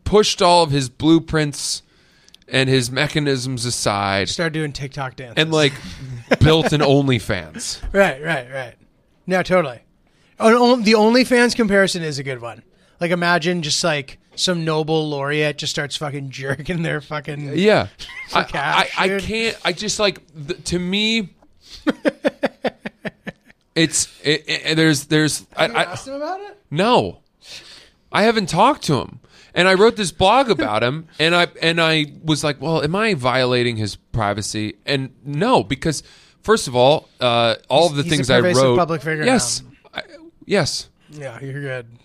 Speaker 2: pushed all of his blueprints and his mechanisms aside
Speaker 1: Start doing TikTok dance.
Speaker 2: and like built an OnlyFans.
Speaker 1: Right, right, right. No, totally. Oh, no, The OnlyFans comparison is a good one. Like, imagine just like some Nobel laureate just starts fucking jerking their fucking.
Speaker 2: Yeah. I,
Speaker 1: cash,
Speaker 2: I, I
Speaker 1: dude.
Speaker 2: can't. I just like th- to me. it's it, it, there's there's I, I
Speaker 1: him about it.
Speaker 2: no, I haven't talked to him, and I wrote this blog about him, and I and I was like, well, am I violating his privacy? And no, because first of all, uh, all of the
Speaker 1: He's- he's a
Speaker 2: things I
Speaker 1: pervasive
Speaker 2: wrote,
Speaker 1: public figure
Speaker 2: yes, I, yes,
Speaker 1: Yeah, you're good.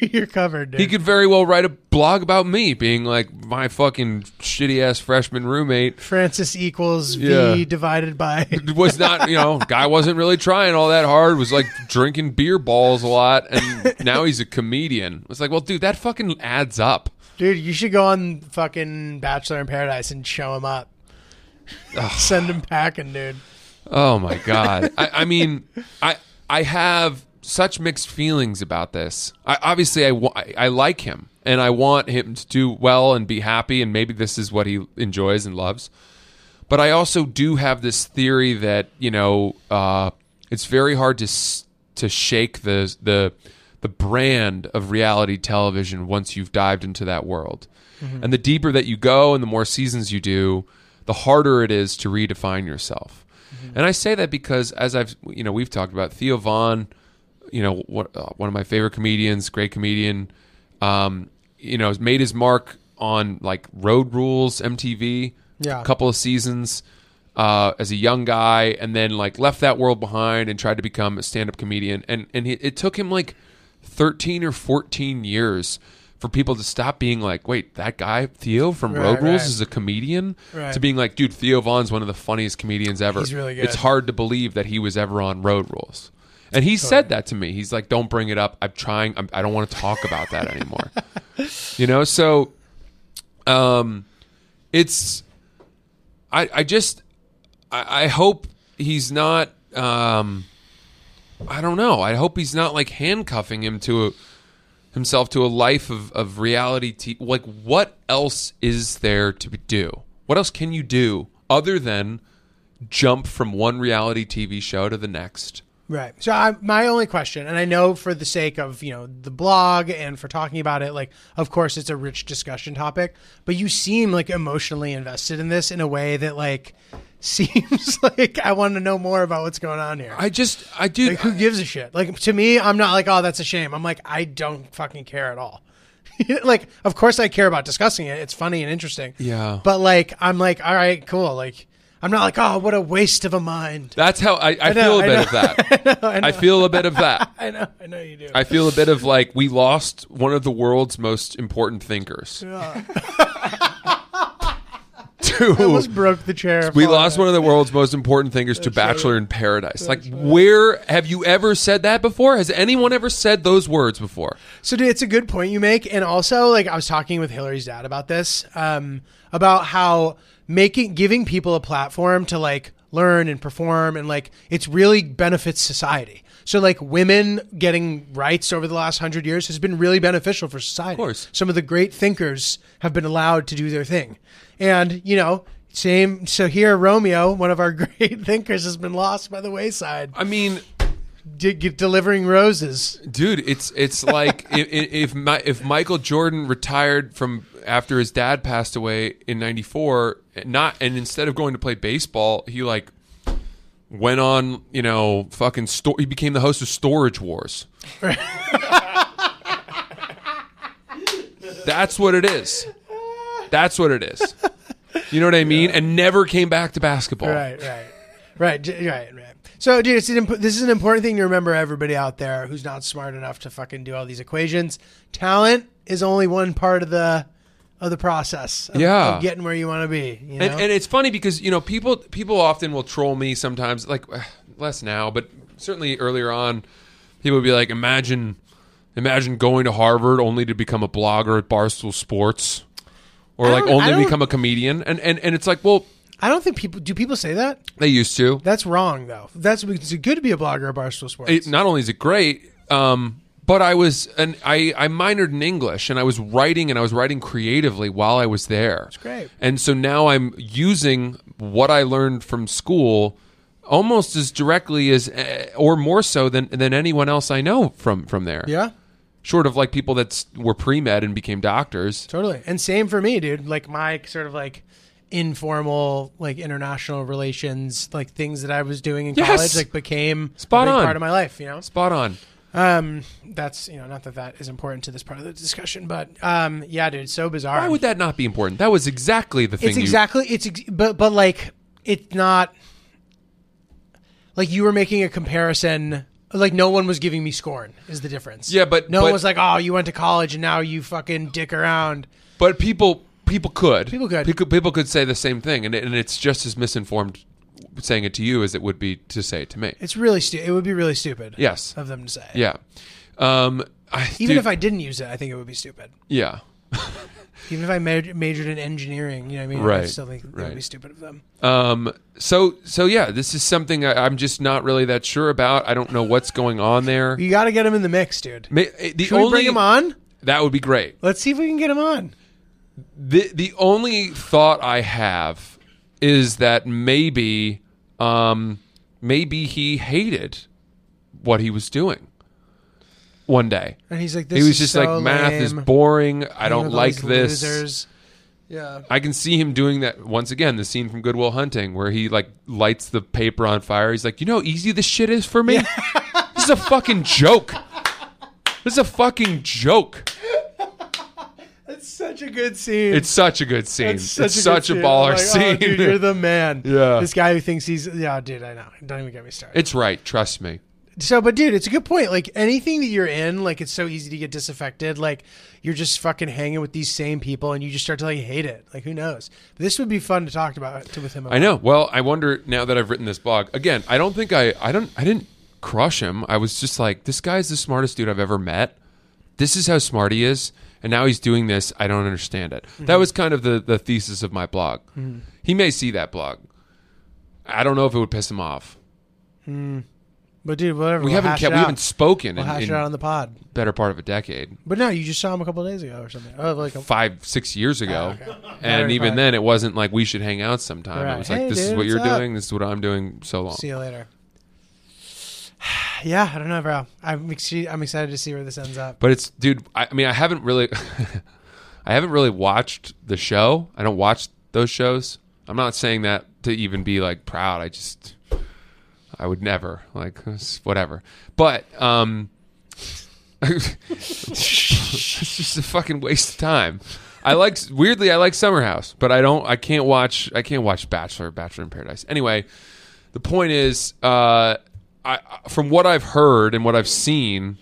Speaker 1: you're covered, dude.
Speaker 2: he could very well write a blog about me being like my fucking shitty ass freshman roommate
Speaker 1: Francis equals
Speaker 2: Yeah.
Speaker 1: V divided by.
Speaker 2: was not you know guy wasn't really trying all that hard was like drinking beer balls a lot and now he's a comedian it's like well dude that fucking adds up
Speaker 1: Dude, you should go on fucking Bachelor in Paradise and show him up. Send him packing, dude.
Speaker 2: oh my god i, I mean i i have such mixed feelings about this i obviously I, wa- I I like him and i want him to do well and be happy and maybe this is what he enjoys and loves but i also do have this theory that you know uh it's very hard to s- to shake the the the brand of reality television once you've dived into that world. And the deeper that you go and the more seasons you do, the harder it is to redefine yourself. And I say that because as I've you know, we've talked about Theo Vaughn, you know, one, uh, one of my favorite comedians, great comedian, um, you know, has made his mark on like Road Rules MTV,
Speaker 1: Yeah.
Speaker 2: a couple of seasons uh, as a young guy and then like left that world behind and tried to become a stand-up comedian and and he, it took him like 13 or 14 years for people to stop being like wait that guy Theo from
Speaker 1: Right,
Speaker 2: Road Rules
Speaker 1: right.
Speaker 2: is a comedian
Speaker 1: Right.
Speaker 2: to being like dude Theo Vaughn's one of the funniest comedians ever
Speaker 1: He's really good.
Speaker 2: it's hard to believe that he was ever on Road Rules and he said that to me he's like don't bring it up I'm trying I'm, I don't want to talk about that anymore you know so um it's I, I just I, I hope he's not um I don't know. I hope he's not like handcuffing him to a, himself to a life of, of reality t- like what else is there to be- do? What else can you do other than jump from one reality TV show to the next
Speaker 1: Right. So I, my only question, and I know for the sake of you know the blog and for talking about it, like of course it's a rich discussion topic, but you seem like emotionally invested in this in a way that like seems like I want to know more about what's going on here.
Speaker 2: I just, I do.
Speaker 1: like, who gives a shit? Like to me, I'm not like oh that's a shame. I'm like I don't fucking care at all. like of course I care about discussing it. It's funny and interesting.
Speaker 2: Yeah.
Speaker 1: But like I'm like all right cool. Like I'm not like oh what a waste of a mind.
Speaker 2: that's how I, I,
Speaker 1: know,
Speaker 2: feel a
Speaker 1: I
Speaker 2: bit
Speaker 1: know.
Speaker 2: of that. I, feel a bit of that.
Speaker 1: I know. I know you do.
Speaker 2: I feel a bit of like we lost one of the world's most important thinkers. to-
Speaker 1: almost broke the chair.
Speaker 2: we lost one of the world's most important thinkers to Bachelor in Paradise. Like, where have you ever said that before? Has anyone ever said those words before?
Speaker 1: So dude, it's a good point you make, and also like I was talking with Hillary's dad about this, um, about how making giving people a platform to like learn and perform, and like it's really benefits society. So like women getting rights over the last hundred years has been really beneficial for society. Of
Speaker 2: course.
Speaker 1: some of the great thinkers have been allowed to do their thing, and you know. Same. So here, Romeo, one of our great thinkers, has been lost by the wayside,
Speaker 2: I mean,
Speaker 1: d- delivering roses.
Speaker 2: dude, it's it's like if if, my, if Michael Jordan retired from after his dad passed away in '94, not and instead of going to play baseball, he like went on, you know, fucking store. He became the host of Storage Wars. That's what it is. That's what it is. You know what I mean? And never came back to basketball.
Speaker 1: Right, right, right, j- right, right. So, dude, it's an imp- this is an important thing to remember. Everybody out there who's not smart enough to fucking do all these equations, talent is only one part of the of the process. Of,
Speaker 2: Yeah.
Speaker 1: of getting where you want to be. You know?
Speaker 2: And, and it's funny because you know people people often will troll me sometimes, like eh, less now, but certainly earlier on, people would be like, imagine imagine going to Harvard only to become a blogger at Barstool Sports, or like
Speaker 1: don't- I
Speaker 2: only to
Speaker 1: don't-
Speaker 2: become a comedian, and and and it's like, well,
Speaker 1: I don't think people do people say that.
Speaker 2: they used to.
Speaker 1: That's wrong, though. That's it's good to be a blogger at Barstool Sports.
Speaker 2: It, not only is it great, um, but I was and I I minored in English and I was writing and I was writing creatively while I was there. That's
Speaker 1: great.
Speaker 2: And so now I'm using what I learned from school almost as directly as eh, or more so than than anyone else I know from from there.
Speaker 1: yeah.
Speaker 2: Short of like people that s- were pre-med and became doctors.
Speaker 1: Totally. And same for me, dude. Like my sort of like informal like international relations like things that I was doing in
Speaker 2: Yes.
Speaker 1: college like became
Speaker 2: Spot
Speaker 1: a big
Speaker 2: on.
Speaker 1: part of my life, you know.
Speaker 2: Spot on.
Speaker 1: Um that's you know not that that is important to this part of the discussion, but um yeah, dude, so bizarre.
Speaker 2: Why would that not be important? That was exactly the thing
Speaker 1: it's
Speaker 2: you-
Speaker 1: exactly it's ex- but but like it's not like you were making a comparison like no one was giving me scorn is the difference.
Speaker 2: Yeah, but-
Speaker 1: no one
Speaker 2: but-
Speaker 1: was like, "Oh, you went to college and now you fucking dick around."
Speaker 2: But people people could
Speaker 1: People could.
Speaker 2: people, people could say the same thing, and it, and it's just as misinformed saying it to you as it would be to say it to me.
Speaker 1: It's really stu- it would be really stupid.
Speaker 2: Yes.
Speaker 1: of them to say.
Speaker 2: Yeah. Um. I,
Speaker 1: Even
Speaker 2: dude,
Speaker 1: if I didn't use it, I think it would be stupid.
Speaker 2: Yeah.
Speaker 1: Even if I ma- majored in engineering, you know what I mean? I
Speaker 2: Right,
Speaker 1: still think it would
Speaker 2: right.
Speaker 1: be stupid of them.
Speaker 2: Um. So so yeah, this is something I, I'm just not really that sure about. I don't know what's going on there.
Speaker 1: You got to get him in the mix, dude.
Speaker 2: Ma- The
Speaker 1: Can we bring him on?
Speaker 2: That would be great.
Speaker 1: Let's see if we can get him on.
Speaker 2: The the only thought I have is that maybe um maybe he hated what he was doing one day.
Speaker 1: And he's like, this
Speaker 2: he
Speaker 1: is
Speaker 2: was just
Speaker 1: so
Speaker 2: like math is
Speaker 1: lame.
Speaker 2: boring. I
Speaker 1: With
Speaker 2: don't
Speaker 1: all
Speaker 2: like
Speaker 1: these
Speaker 2: this.
Speaker 1: losers." Yeah.
Speaker 2: I can see him doing that once again. The scene from Goodwill Hunting where he like lights the paper on fire. He's like, you know, how easy this shit is for me. this is a fucking joke. This is a fucking joke.
Speaker 1: It's such a good scene.
Speaker 2: It's such a good scene.
Speaker 1: That's such
Speaker 2: it's
Speaker 1: a
Speaker 2: such a
Speaker 1: good scene.
Speaker 2: baller
Speaker 1: I'm like,
Speaker 2: scene.
Speaker 1: "Oh, dude, you're the man.
Speaker 2: Yeah.
Speaker 1: This guy who thinks he's yeah, dude. I know. Don't even get me started.
Speaker 2: it's right. Trust me.
Speaker 1: So, but dude, it's a good point. Like anything that you're in, like it's so easy to get disaffected. Like you're just fucking hanging with these same people, and you just start to like hate it. Like who knows? This would be fun to talk about to, with him. About.
Speaker 2: I know. Well, I wonder now that I've written this blog again. I don't think I. I don't. I didn't crush him. I was just like, this guy's the smartest dude I've ever met. This is how smart he is, and now he's doing this. I don't understand it.
Speaker 1: Mm-hmm.
Speaker 2: That was kind of the the thesis of my blog. He may see that blog. I don't know if it would piss him off.
Speaker 1: But dude, whatever.
Speaker 2: We
Speaker 1: we'll
Speaker 2: haven't
Speaker 1: hash
Speaker 2: kept.
Speaker 1: It
Speaker 2: We
Speaker 1: out.
Speaker 2: haven't spoken
Speaker 1: We'll hash
Speaker 2: in,
Speaker 1: it out on
Speaker 2: in
Speaker 1: the pod.
Speaker 2: better part of a decade,
Speaker 1: But no, you just saw him a couple days ago or something. Oh, like a,
Speaker 2: five six years ago,
Speaker 1: Ah, okay.
Speaker 2: and
Speaker 1: Very
Speaker 2: even
Speaker 1: fine.
Speaker 2: then, it wasn't like we should hang out sometime.
Speaker 1: Right.
Speaker 2: It was
Speaker 1: Hey,
Speaker 2: like this is
Speaker 1: dude,
Speaker 2: what you're
Speaker 1: what's up?
Speaker 2: doing. This is what I'm doing. So long.
Speaker 1: see you later. yeah, I don't know, bro. I'm ex- I'm excited to see where this ends up.
Speaker 2: But it's dude. I, I mean, I haven't really, I haven't really watched the show. I don't watch those shows. I'm not saying that to even be like proud. I just, I would never like it's whatever. But um, it's just a fucking waste of time. I like weirdly, I like Summer House, but I don't. I can't watch. I can't watch Bachelor, Bachelor in Paradise. Anyway, the point is, uh, I from what I've heard and what I've seen,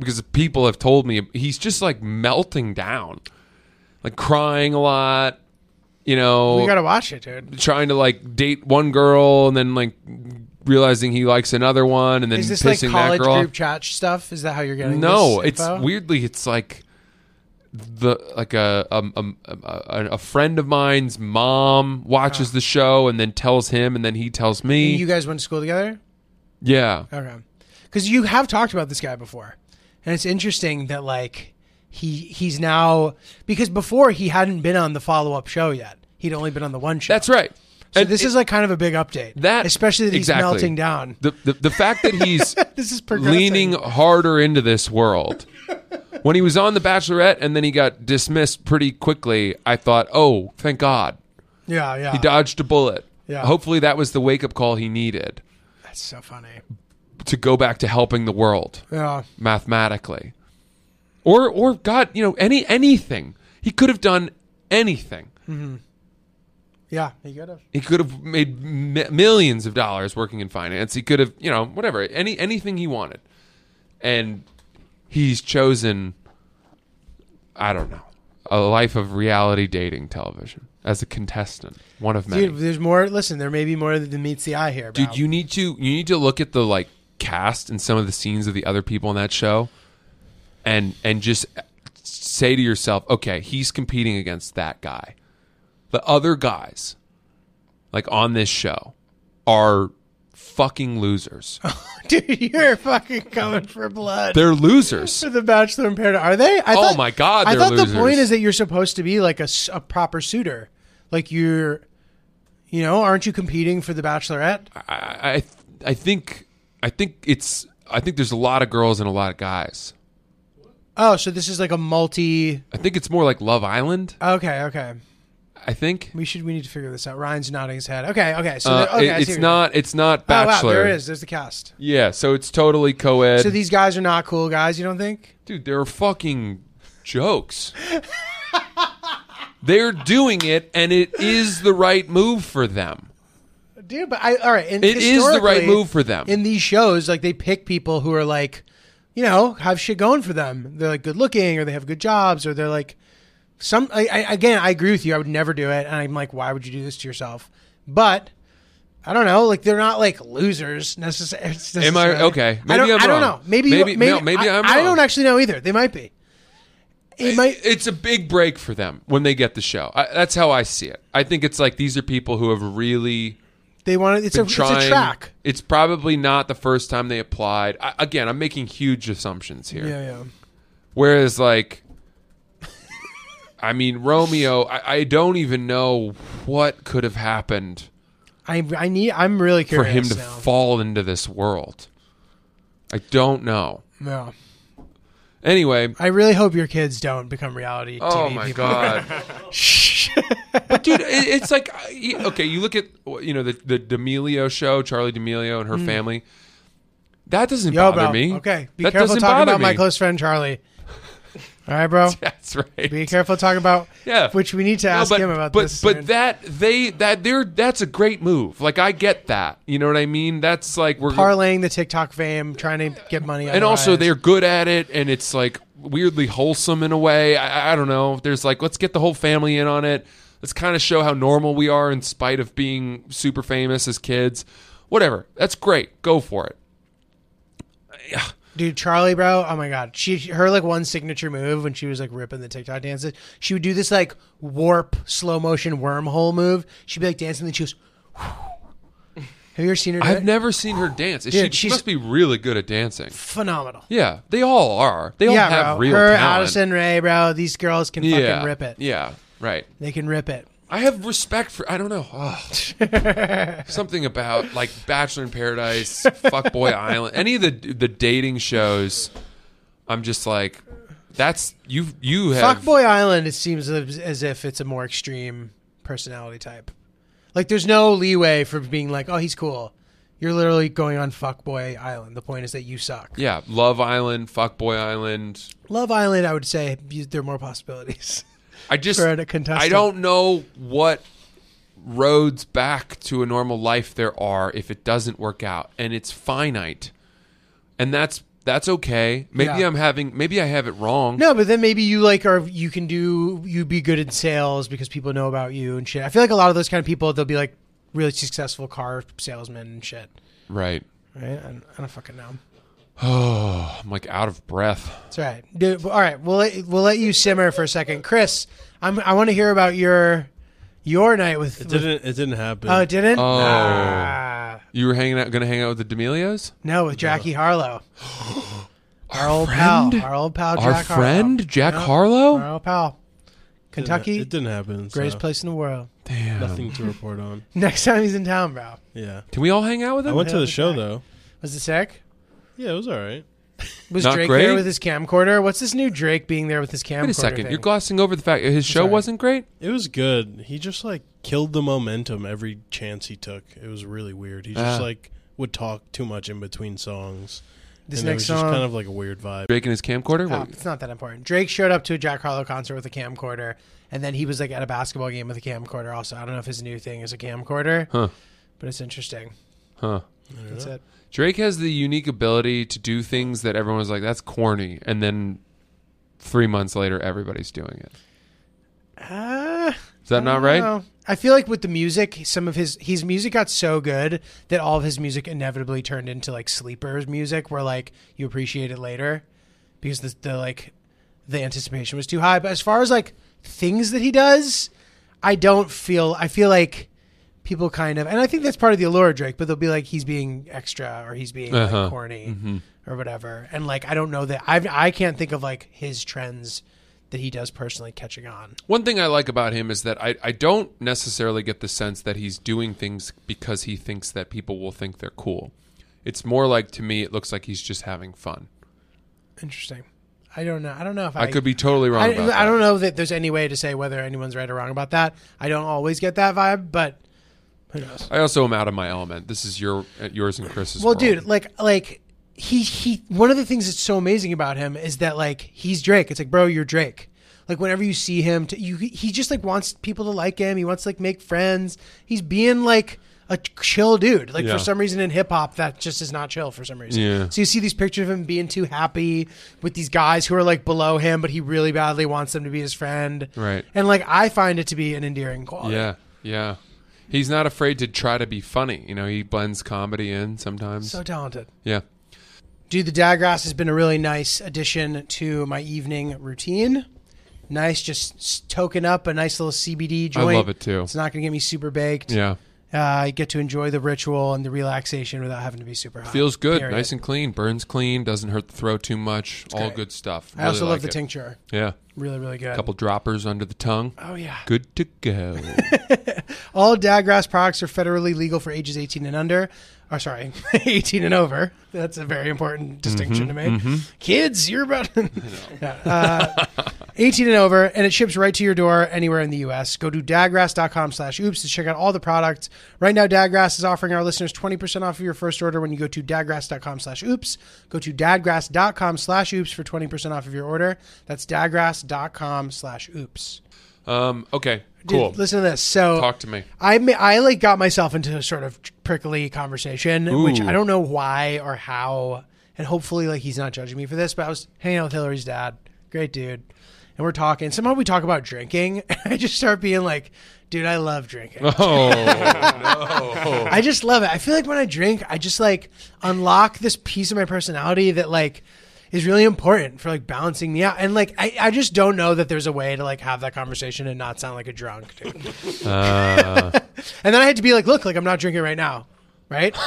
Speaker 2: because people have told me he's just like melting down, like crying a lot. You know,
Speaker 1: We gotta watch it, dude.
Speaker 2: trying to like date one girl and then like realizing he likes another one and then
Speaker 1: Is this like
Speaker 2: pissing
Speaker 1: college
Speaker 2: that girl. off.
Speaker 1: group chat stuff? Is that how you're getting?
Speaker 2: No,
Speaker 1: this
Speaker 2: it's
Speaker 1: info?
Speaker 2: weirdly it's like the like a um, um, um, a, a friend of mine's mom watches the show and then tells him and then he tells me.
Speaker 1: You guys went to school together.
Speaker 2: yeah.
Speaker 1: Okay. Because you have talked about this guy before, and it's interesting that like he he's now because before he hadn't been on the follow up show yet. He'd only been on the one show.
Speaker 2: That's right.
Speaker 1: So
Speaker 2: And
Speaker 1: this
Speaker 2: it-
Speaker 1: is like kind of a big update.
Speaker 2: that
Speaker 1: especially that he's
Speaker 2: exactly.
Speaker 1: melting down.
Speaker 2: The the, the fact that he's
Speaker 1: This is progressing.
Speaker 2: leaning harder into this world. when he was on The Bachelorette and then he got dismissed pretty quickly, I thought, "Oh, thank God.
Speaker 1: Yeah, yeah.
Speaker 2: He dodged a bullet."
Speaker 1: Yeah.
Speaker 2: Hopefully that was the wake-up call he needed
Speaker 1: That's so funny.
Speaker 2: to go back to helping the world.
Speaker 1: Yeah.
Speaker 2: mathematically or or god you know any anything he could have done anything
Speaker 1: Yeah. He could have.
Speaker 2: he could have made m- millions of dollars working in finance he could have you know whatever any anything he wanted and he's chosen i don't know a life of reality dating television as a contestant one of many
Speaker 1: Dude, there's more. Listen, there may be more than meets the eye here.
Speaker 2: Dude,
Speaker 1: bro.
Speaker 2: you need to you need to look at the like cast and some of the scenes of the other people on that show, and and just say to yourself, okay, he's competing against that guy. The other guys, like on this show, are fucking losers.
Speaker 1: Dude, you're fucking coming for blood.
Speaker 2: They're losers.
Speaker 1: for the Bachelor in Paradise. Are they? I
Speaker 2: Oh my God,
Speaker 1: I
Speaker 2: they're
Speaker 1: thought
Speaker 2: losers.
Speaker 1: the point is that you're supposed to be like a, s- a proper suitor, like you're, you know, aren't you competing for the Bachelorette?
Speaker 2: I I, I think I think it's I think there's a lot of girls and a lot of guys.
Speaker 1: Oh, so this is like a multi.
Speaker 2: I think it's more like Love Island.
Speaker 1: Okay, okay.
Speaker 2: I think.
Speaker 1: We should we need to figure this out. Ryan's nodding his head. Okay, okay. So
Speaker 2: Uh,
Speaker 1: there- okay, I
Speaker 2: it-
Speaker 1: see
Speaker 2: it's
Speaker 1: what
Speaker 2: not. It's not
Speaker 1: you're- Oh
Speaker 2: Bachelor.
Speaker 1: wow, there it is. There's the cast.
Speaker 2: Yeah, so it's totally co-ed.
Speaker 1: So these guys are not cool guys. You don't think?
Speaker 2: Dude, they're fucking jokes. they're doing it, and it is the right move for them.
Speaker 1: Dude, but I all right. And
Speaker 2: It is the right
Speaker 1: historically,
Speaker 2: move for them.
Speaker 1: In these shows, like they pick people who are like, you know, have shit going for them. They're like good looking, or they have good jobs, or they're like some. I, I, again, I agree with you. I would never do it, and I'm like, why would you do this to yourself? But I don't know. Like they're not like losers necessar- necessarily.
Speaker 2: Am I- okay,
Speaker 1: I
Speaker 2: maybe
Speaker 1: don't,
Speaker 2: I'm
Speaker 1: I don't
Speaker 2: wrong.
Speaker 1: know. Maybe you-
Speaker 2: Maybe-
Speaker 1: maybe,
Speaker 2: no, maybe
Speaker 1: I,
Speaker 2: I'm
Speaker 1: I
Speaker 2: wrong.
Speaker 1: don't actually know either. They might be. It might.
Speaker 2: It's a big break for them when they get the show. I, that's how I see it. I think it's like these are people who have really
Speaker 1: They want it. It's a, it's
Speaker 2: trying.
Speaker 1: a track.
Speaker 2: It's probably not the first time they applied. I, again, I'm making huge assumptions here.
Speaker 1: Yeah, yeah.
Speaker 2: Whereas, like, I mean, Romeo, I, I don't even know what could have happened.
Speaker 1: I, I need. I'm really
Speaker 2: for
Speaker 1: curious
Speaker 2: him to
Speaker 1: now.
Speaker 2: fall into this world. I don't know.
Speaker 1: Yeah.
Speaker 2: Anyway,
Speaker 1: I really hope your kids don't become reality TV
Speaker 2: oh my
Speaker 1: people.
Speaker 2: god, but dude, it, it's like I- you- okay, you look at you know the the D'Amelio show, Charlie D'Amelio and her family. That doesn't
Speaker 1: Mm. Yo,
Speaker 2: bother
Speaker 1: bro.
Speaker 2: me.
Speaker 1: Okay. Be
Speaker 2: that
Speaker 1: careful
Speaker 2: doesn't
Speaker 1: talking
Speaker 2: bother
Speaker 1: about my
Speaker 2: me.
Speaker 1: close friend Charlie. All right, bro.
Speaker 2: That's right.
Speaker 1: Be careful talking about
Speaker 2: Yeah.
Speaker 1: which we need to
Speaker 2: No,
Speaker 1: ask
Speaker 2: but,
Speaker 1: him about
Speaker 2: but,
Speaker 1: this.
Speaker 2: But
Speaker 1: soon.
Speaker 2: that they that they're that's a great move. Like I get that. You know what I mean? That's like we're
Speaker 1: parlaying the TikTok fame, trying to get money.
Speaker 2: and also
Speaker 1: otherwise.
Speaker 2: they're good at it and it's like weirdly wholesome in a way I, I don't know there's like let's get the whole family in on it let's kind of show how normal we are in spite of being super famous as kids whatever that's great go for it
Speaker 1: dude Charlie, bro. Oh my god, she her like one signature move when she was like ripping the TikTok dances. She would do this like warp slow motion wormhole move. She'd be like dancing, and she goes. Have you ever seen her? do
Speaker 2: i've
Speaker 1: it?
Speaker 2: never seen her dance Is
Speaker 1: Dude,
Speaker 2: she, she
Speaker 1: she's-
Speaker 2: must be really good at dancing
Speaker 1: Phenomenal.
Speaker 2: yeah they all are they all
Speaker 1: Yeah,
Speaker 2: have
Speaker 1: bro.
Speaker 2: real
Speaker 1: her
Speaker 2: talent
Speaker 1: Addison Ray, bro. These girls can
Speaker 2: yeah
Speaker 1: fucking rip it.
Speaker 2: yeah right
Speaker 1: They can rip it.
Speaker 2: I have respect for. I don't know. Ugh. something about like Bachelor in Paradise, Fuckboy Island, any of the the dating shows. I'm just like, that's you. You have
Speaker 1: Fuckboy Island, it seems as as if it's a more extreme personality type. Like, there's no leeway for being like, oh, he's cool. You're literally going on Fuckboy Island. The point is that you suck.
Speaker 2: Yeah, Love Island, Fuckboy Island.
Speaker 1: Love Island, I would say you- there are more possibilities.
Speaker 2: I just
Speaker 1: For a contestant.
Speaker 2: I don't know what roads back to a normal life there are if it doesn't work out and it's finite. And that's that's okay. Maybe
Speaker 1: Yeah.
Speaker 2: I'm having maybe I have it wrong.
Speaker 1: no, but then maybe you like are you can do you be good in sales because people know about you and shit. I feel like a lot of those kind of people they'll be like really successful car salesmen and shit.
Speaker 2: Right.
Speaker 1: Right? I don't, I don't fucking know.
Speaker 2: I'm like out of breath.
Speaker 1: That's all right. Dude, all right, we'll let, we'll let you simmer for a second, Chris. I'm, I want to hear about your your night with.
Speaker 5: It
Speaker 1: with-
Speaker 5: didn't. It didn't happen.
Speaker 1: oh, it didn't?
Speaker 2: Oh.
Speaker 1: Ah.
Speaker 2: You were hanging out gonna hang out with the D'Amelios?
Speaker 1: no, with Jackie Harlow, our, old pal,
Speaker 2: friend?
Speaker 1: our old pal,
Speaker 2: Our
Speaker 1: Jack
Speaker 2: friend
Speaker 1: Harlow.
Speaker 2: Jack
Speaker 1: Yeah.
Speaker 2: Harlow?
Speaker 1: our old pal,
Speaker 5: It didn't-
Speaker 1: Kentucky,
Speaker 5: It didn't happen.
Speaker 1: greatest
Speaker 5: so
Speaker 1: place in the world.
Speaker 2: Damn.
Speaker 5: Nothing to report on.
Speaker 1: Next time he's in town, bro.
Speaker 5: Yeah.
Speaker 2: Can we all hang out with
Speaker 5: I
Speaker 2: him?
Speaker 5: went to
Speaker 1: Yeah,
Speaker 5: the
Speaker 1: it's
Speaker 5: show
Speaker 1: back.
Speaker 5: though.
Speaker 1: Was it sick?
Speaker 5: Yeah, it was all right.
Speaker 1: Was
Speaker 2: Not
Speaker 1: Drake
Speaker 2: great?
Speaker 1: there with his camcorder? What's this new Drake being there with his camcorder?
Speaker 2: Wait a second.
Speaker 1: thing?
Speaker 2: You're glossing over the fact his show
Speaker 1: sorry.
Speaker 2: wasn't great?
Speaker 5: It was good. He just like killed the momentum every chance he took. It was really weird. He just
Speaker 2: Ah.
Speaker 5: like would talk too much in between songs.
Speaker 1: This
Speaker 5: and it
Speaker 1: next
Speaker 5: was just
Speaker 1: song-
Speaker 5: kind of like a weird vibe.
Speaker 2: Drake and his camcorder?
Speaker 1: Oh,
Speaker 2: What-
Speaker 1: it's not that important. Drake showed up to a Jack Harlow concert with a camcorder, and then he was like at a basketball game with a camcorder. Also, I don't know if his new thing is a camcorder,
Speaker 2: Huh.
Speaker 1: but it's interesting.
Speaker 2: Huh.
Speaker 1: That's it.
Speaker 2: Drake has the unique ability to do things that everyone was like, that's corny. And then three months later, everybody's doing it.
Speaker 1: Uh,
Speaker 2: Is that not right?
Speaker 1: I feel like with the music, some of his his music got so good that all of his music inevitably turned into like sleepers music, where like you appreciate it later because the, the like the anticipation was too high. But as far as like things that he does, I don't feel. I feel like people kind of, and I think that's part of the allure of Drake. But they'll be like he's being extra or he's being
Speaker 2: Uh-huh.
Speaker 1: like, corny or whatever. And like I don't know that I I can't think of like his trends that he does personally catching on.
Speaker 2: One thing I like about him is that I, I don't necessarily get the sense that he's doing things because he thinks that people will think they're cool. It's more like to me, it looks like he's just having fun.
Speaker 1: Interesting. I don't know. I don't know if I,
Speaker 2: I, could be totally wrong
Speaker 1: I,
Speaker 2: about that.
Speaker 1: I don't know that there's any way to say whether anyone's right or wrong about that. I don't always get that vibe, but who knows?
Speaker 2: I also am out of my element. This is your uh, yours and Chris's.
Speaker 1: Well,
Speaker 2: world.
Speaker 1: dude, like like he he one of the things that's so amazing about him is that like he's Drake. It's like, bro, you're Drake. Like whenever you see him, to, you he just like wants people to like him. He wants to like make friends. He's being like a chill dude. Like
Speaker 2: Yeah.
Speaker 1: for some reason in hip hop, that just is not chill for some reason.
Speaker 2: Yeah.
Speaker 1: So you see these pictures of him being too happy with these guys who are like below him, but he really badly wants them to be his friend.
Speaker 2: Right.
Speaker 1: And like I find it to be an endearing quality.
Speaker 2: Yeah, yeah. He's not afraid to try to be funny. You know, he blends comedy in sometimes.
Speaker 1: So talented.
Speaker 2: yeah.
Speaker 1: Dude, the diagrass has been a really nice addition to my evening routine. Nice, just s- token up a nice little CBD joint.
Speaker 2: love it, too.
Speaker 1: It's not going to get me super baked.
Speaker 2: Yeah.
Speaker 1: Uh, I get to enjoy the ritual and the relaxation without having to be super hot.
Speaker 2: Feels good,
Speaker 1: Period.
Speaker 2: nice and clean, burns clean, doesn't hurt the throat too much. all
Speaker 1: great.
Speaker 2: good stuff.
Speaker 1: I also
Speaker 2: Really
Speaker 1: love
Speaker 2: like
Speaker 1: the
Speaker 2: it.
Speaker 1: tincture.
Speaker 2: Yeah,
Speaker 1: Really, really good.
Speaker 2: couple droppers under the tongue.
Speaker 1: Oh yeah.
Speaker 2: Good to go.
Speaker 1: All Daggrass products are federally legal for ages 18 and under. Or sorry, 18 and over. That's a very important distinction
Speaker 2: Mm-hmm,
Speaker 1: to make. Kids, you're about Yeah, uh, 18 and over, and it ships right to your door anywhere in the U.S. Go to dagrass.com slash oops to check out all the products. Right now, Dagrass is offering our listeners 20% off of your first order when you go to dagrass.com slash oops. Go to dagrass.com slash oops for 20% off of your order. That's dagrass.com slash oops.
Speaker 2: um, okay,
Speaker 1: Dude,
Speaker 2: cool.
Speaker 1: listen to this. So
Speaker 2: Talk to me.
Speaker 1: I ma- I like got myself into a sort of prickly conversation, which
Speaker 2: Ooh.
Speaker 1: I don't know why or how, and hopefully like he's not judging me for this. But I was hanging out with Hillary's dad, great dude, and we're talking. Somehow we talk about drinking, and I just start being like, "Dude, I love drinking.
Speaker 2: Oh
Speaker 1: I just love it. I feel like when I drink, I just like unlock this piece of my personality that like." Is really important for like balancing me out, and like I, I just don't know that there's a way to like have that conversation and not sound like a drunk, dude.
Speaker 2: no! Uh,
Speaker 1: And then I had to be like, look, like I'm not drinking right now, right?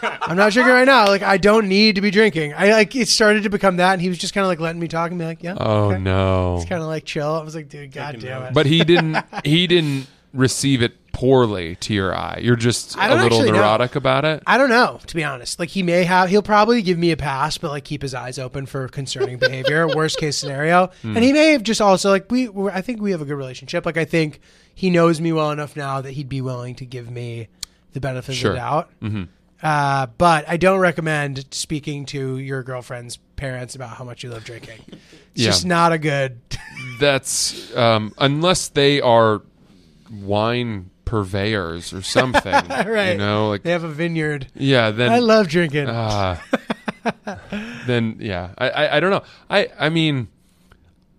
Speaker 1: I'm not drinking right now. Like I don't need to be drinking. I like it started to become that, and he was just kind of like letting me talk and be like, yeah,
Speaker 2: oh no!
Speaker 1: kind of like chill. I was like, dude, god damn it.
Speaker 2: But he didn't. He didn't receive it poorly to your eye. You're just
Speaker 1: I
Speaker 2: a
Speaker 1: don't
Speaker 2: little
Speaker 1: actually know.
Speaker 2: neurotic about it.
Speaker 1: I don't know, to be honest. Like he may have, he'll probably give me a pass, but like keep his eyes open for concerning behavior, worst case scenario. And he
Speaker 2: Hmm.
Speaker 1: may have just also like we, we're, I think we have a good relationship. Like I think he knows me well enough now that he'd be willing to give me the benefit
Speaker 2: Sure. Mm-hmm.
Speaker 1: of the doubt. Uh, but I don't recommend speaking to your girlfriend's parents about how much you love drinking. It's
Speaker 2: Yeah.
Speaker 1: just not a good.
Speaker 2: That's um, unless they are wine purveyors or something.
Speaker 1: Right.
Speaker 2: You know, like
Speaker 1: They have a vineyard.
Speaker 2: yeah. Then
Speaker 1: I love drinking.
Speaker 2: Ah. then yeah, I, I I don't know. I I mean,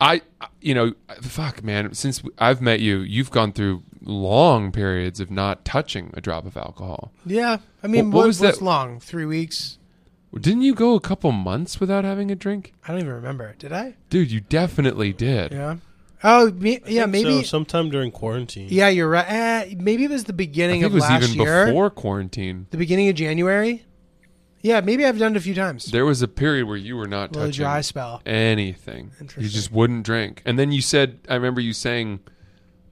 Speaker 2: I you know, fuck man. Since I've met you, you've gone through long periods of not touching a drop of alcohol.
Speaker 1: yeah, I mean,
Speaker 2: what
Speaker 1: what,
Speaker 2: was
Speaker 1: what's
Speaker 2: that-
Speaker 1: long? Three weeks?
Speaker 2: Didn't you go a couple months without having a drink,
Speaker 1: I don't even remember. Did I?
Speaker 2: dude? You definitely did.
Speaker 1: Yeah. Oh, me, yeah, maybe.
Speaker 5: So sometime during quarantine.
Speaker 1: yeah, you're right. Eh, maybe it was the
Speaker 2: I
Speaker 1: beginning
Speaker 2: think it
Speaker 1: of
Speaker 2: was
Speaker 1: last
Speaker 2: even
Speaker 1: year.
Speaker 2: before quarantine.
Speaker 1: The beginning of January. Yeah, maybe I've done it a few times.
Speaker 2: There was a period where you were not
Speaker 1: little
Speaker 2: touching
Speaker 1: dry spell.
Speaker 2: anything. You
Speaker 1: Interesting.
Speaker 2: just wouldn't drink. And then you said, I remember you saying,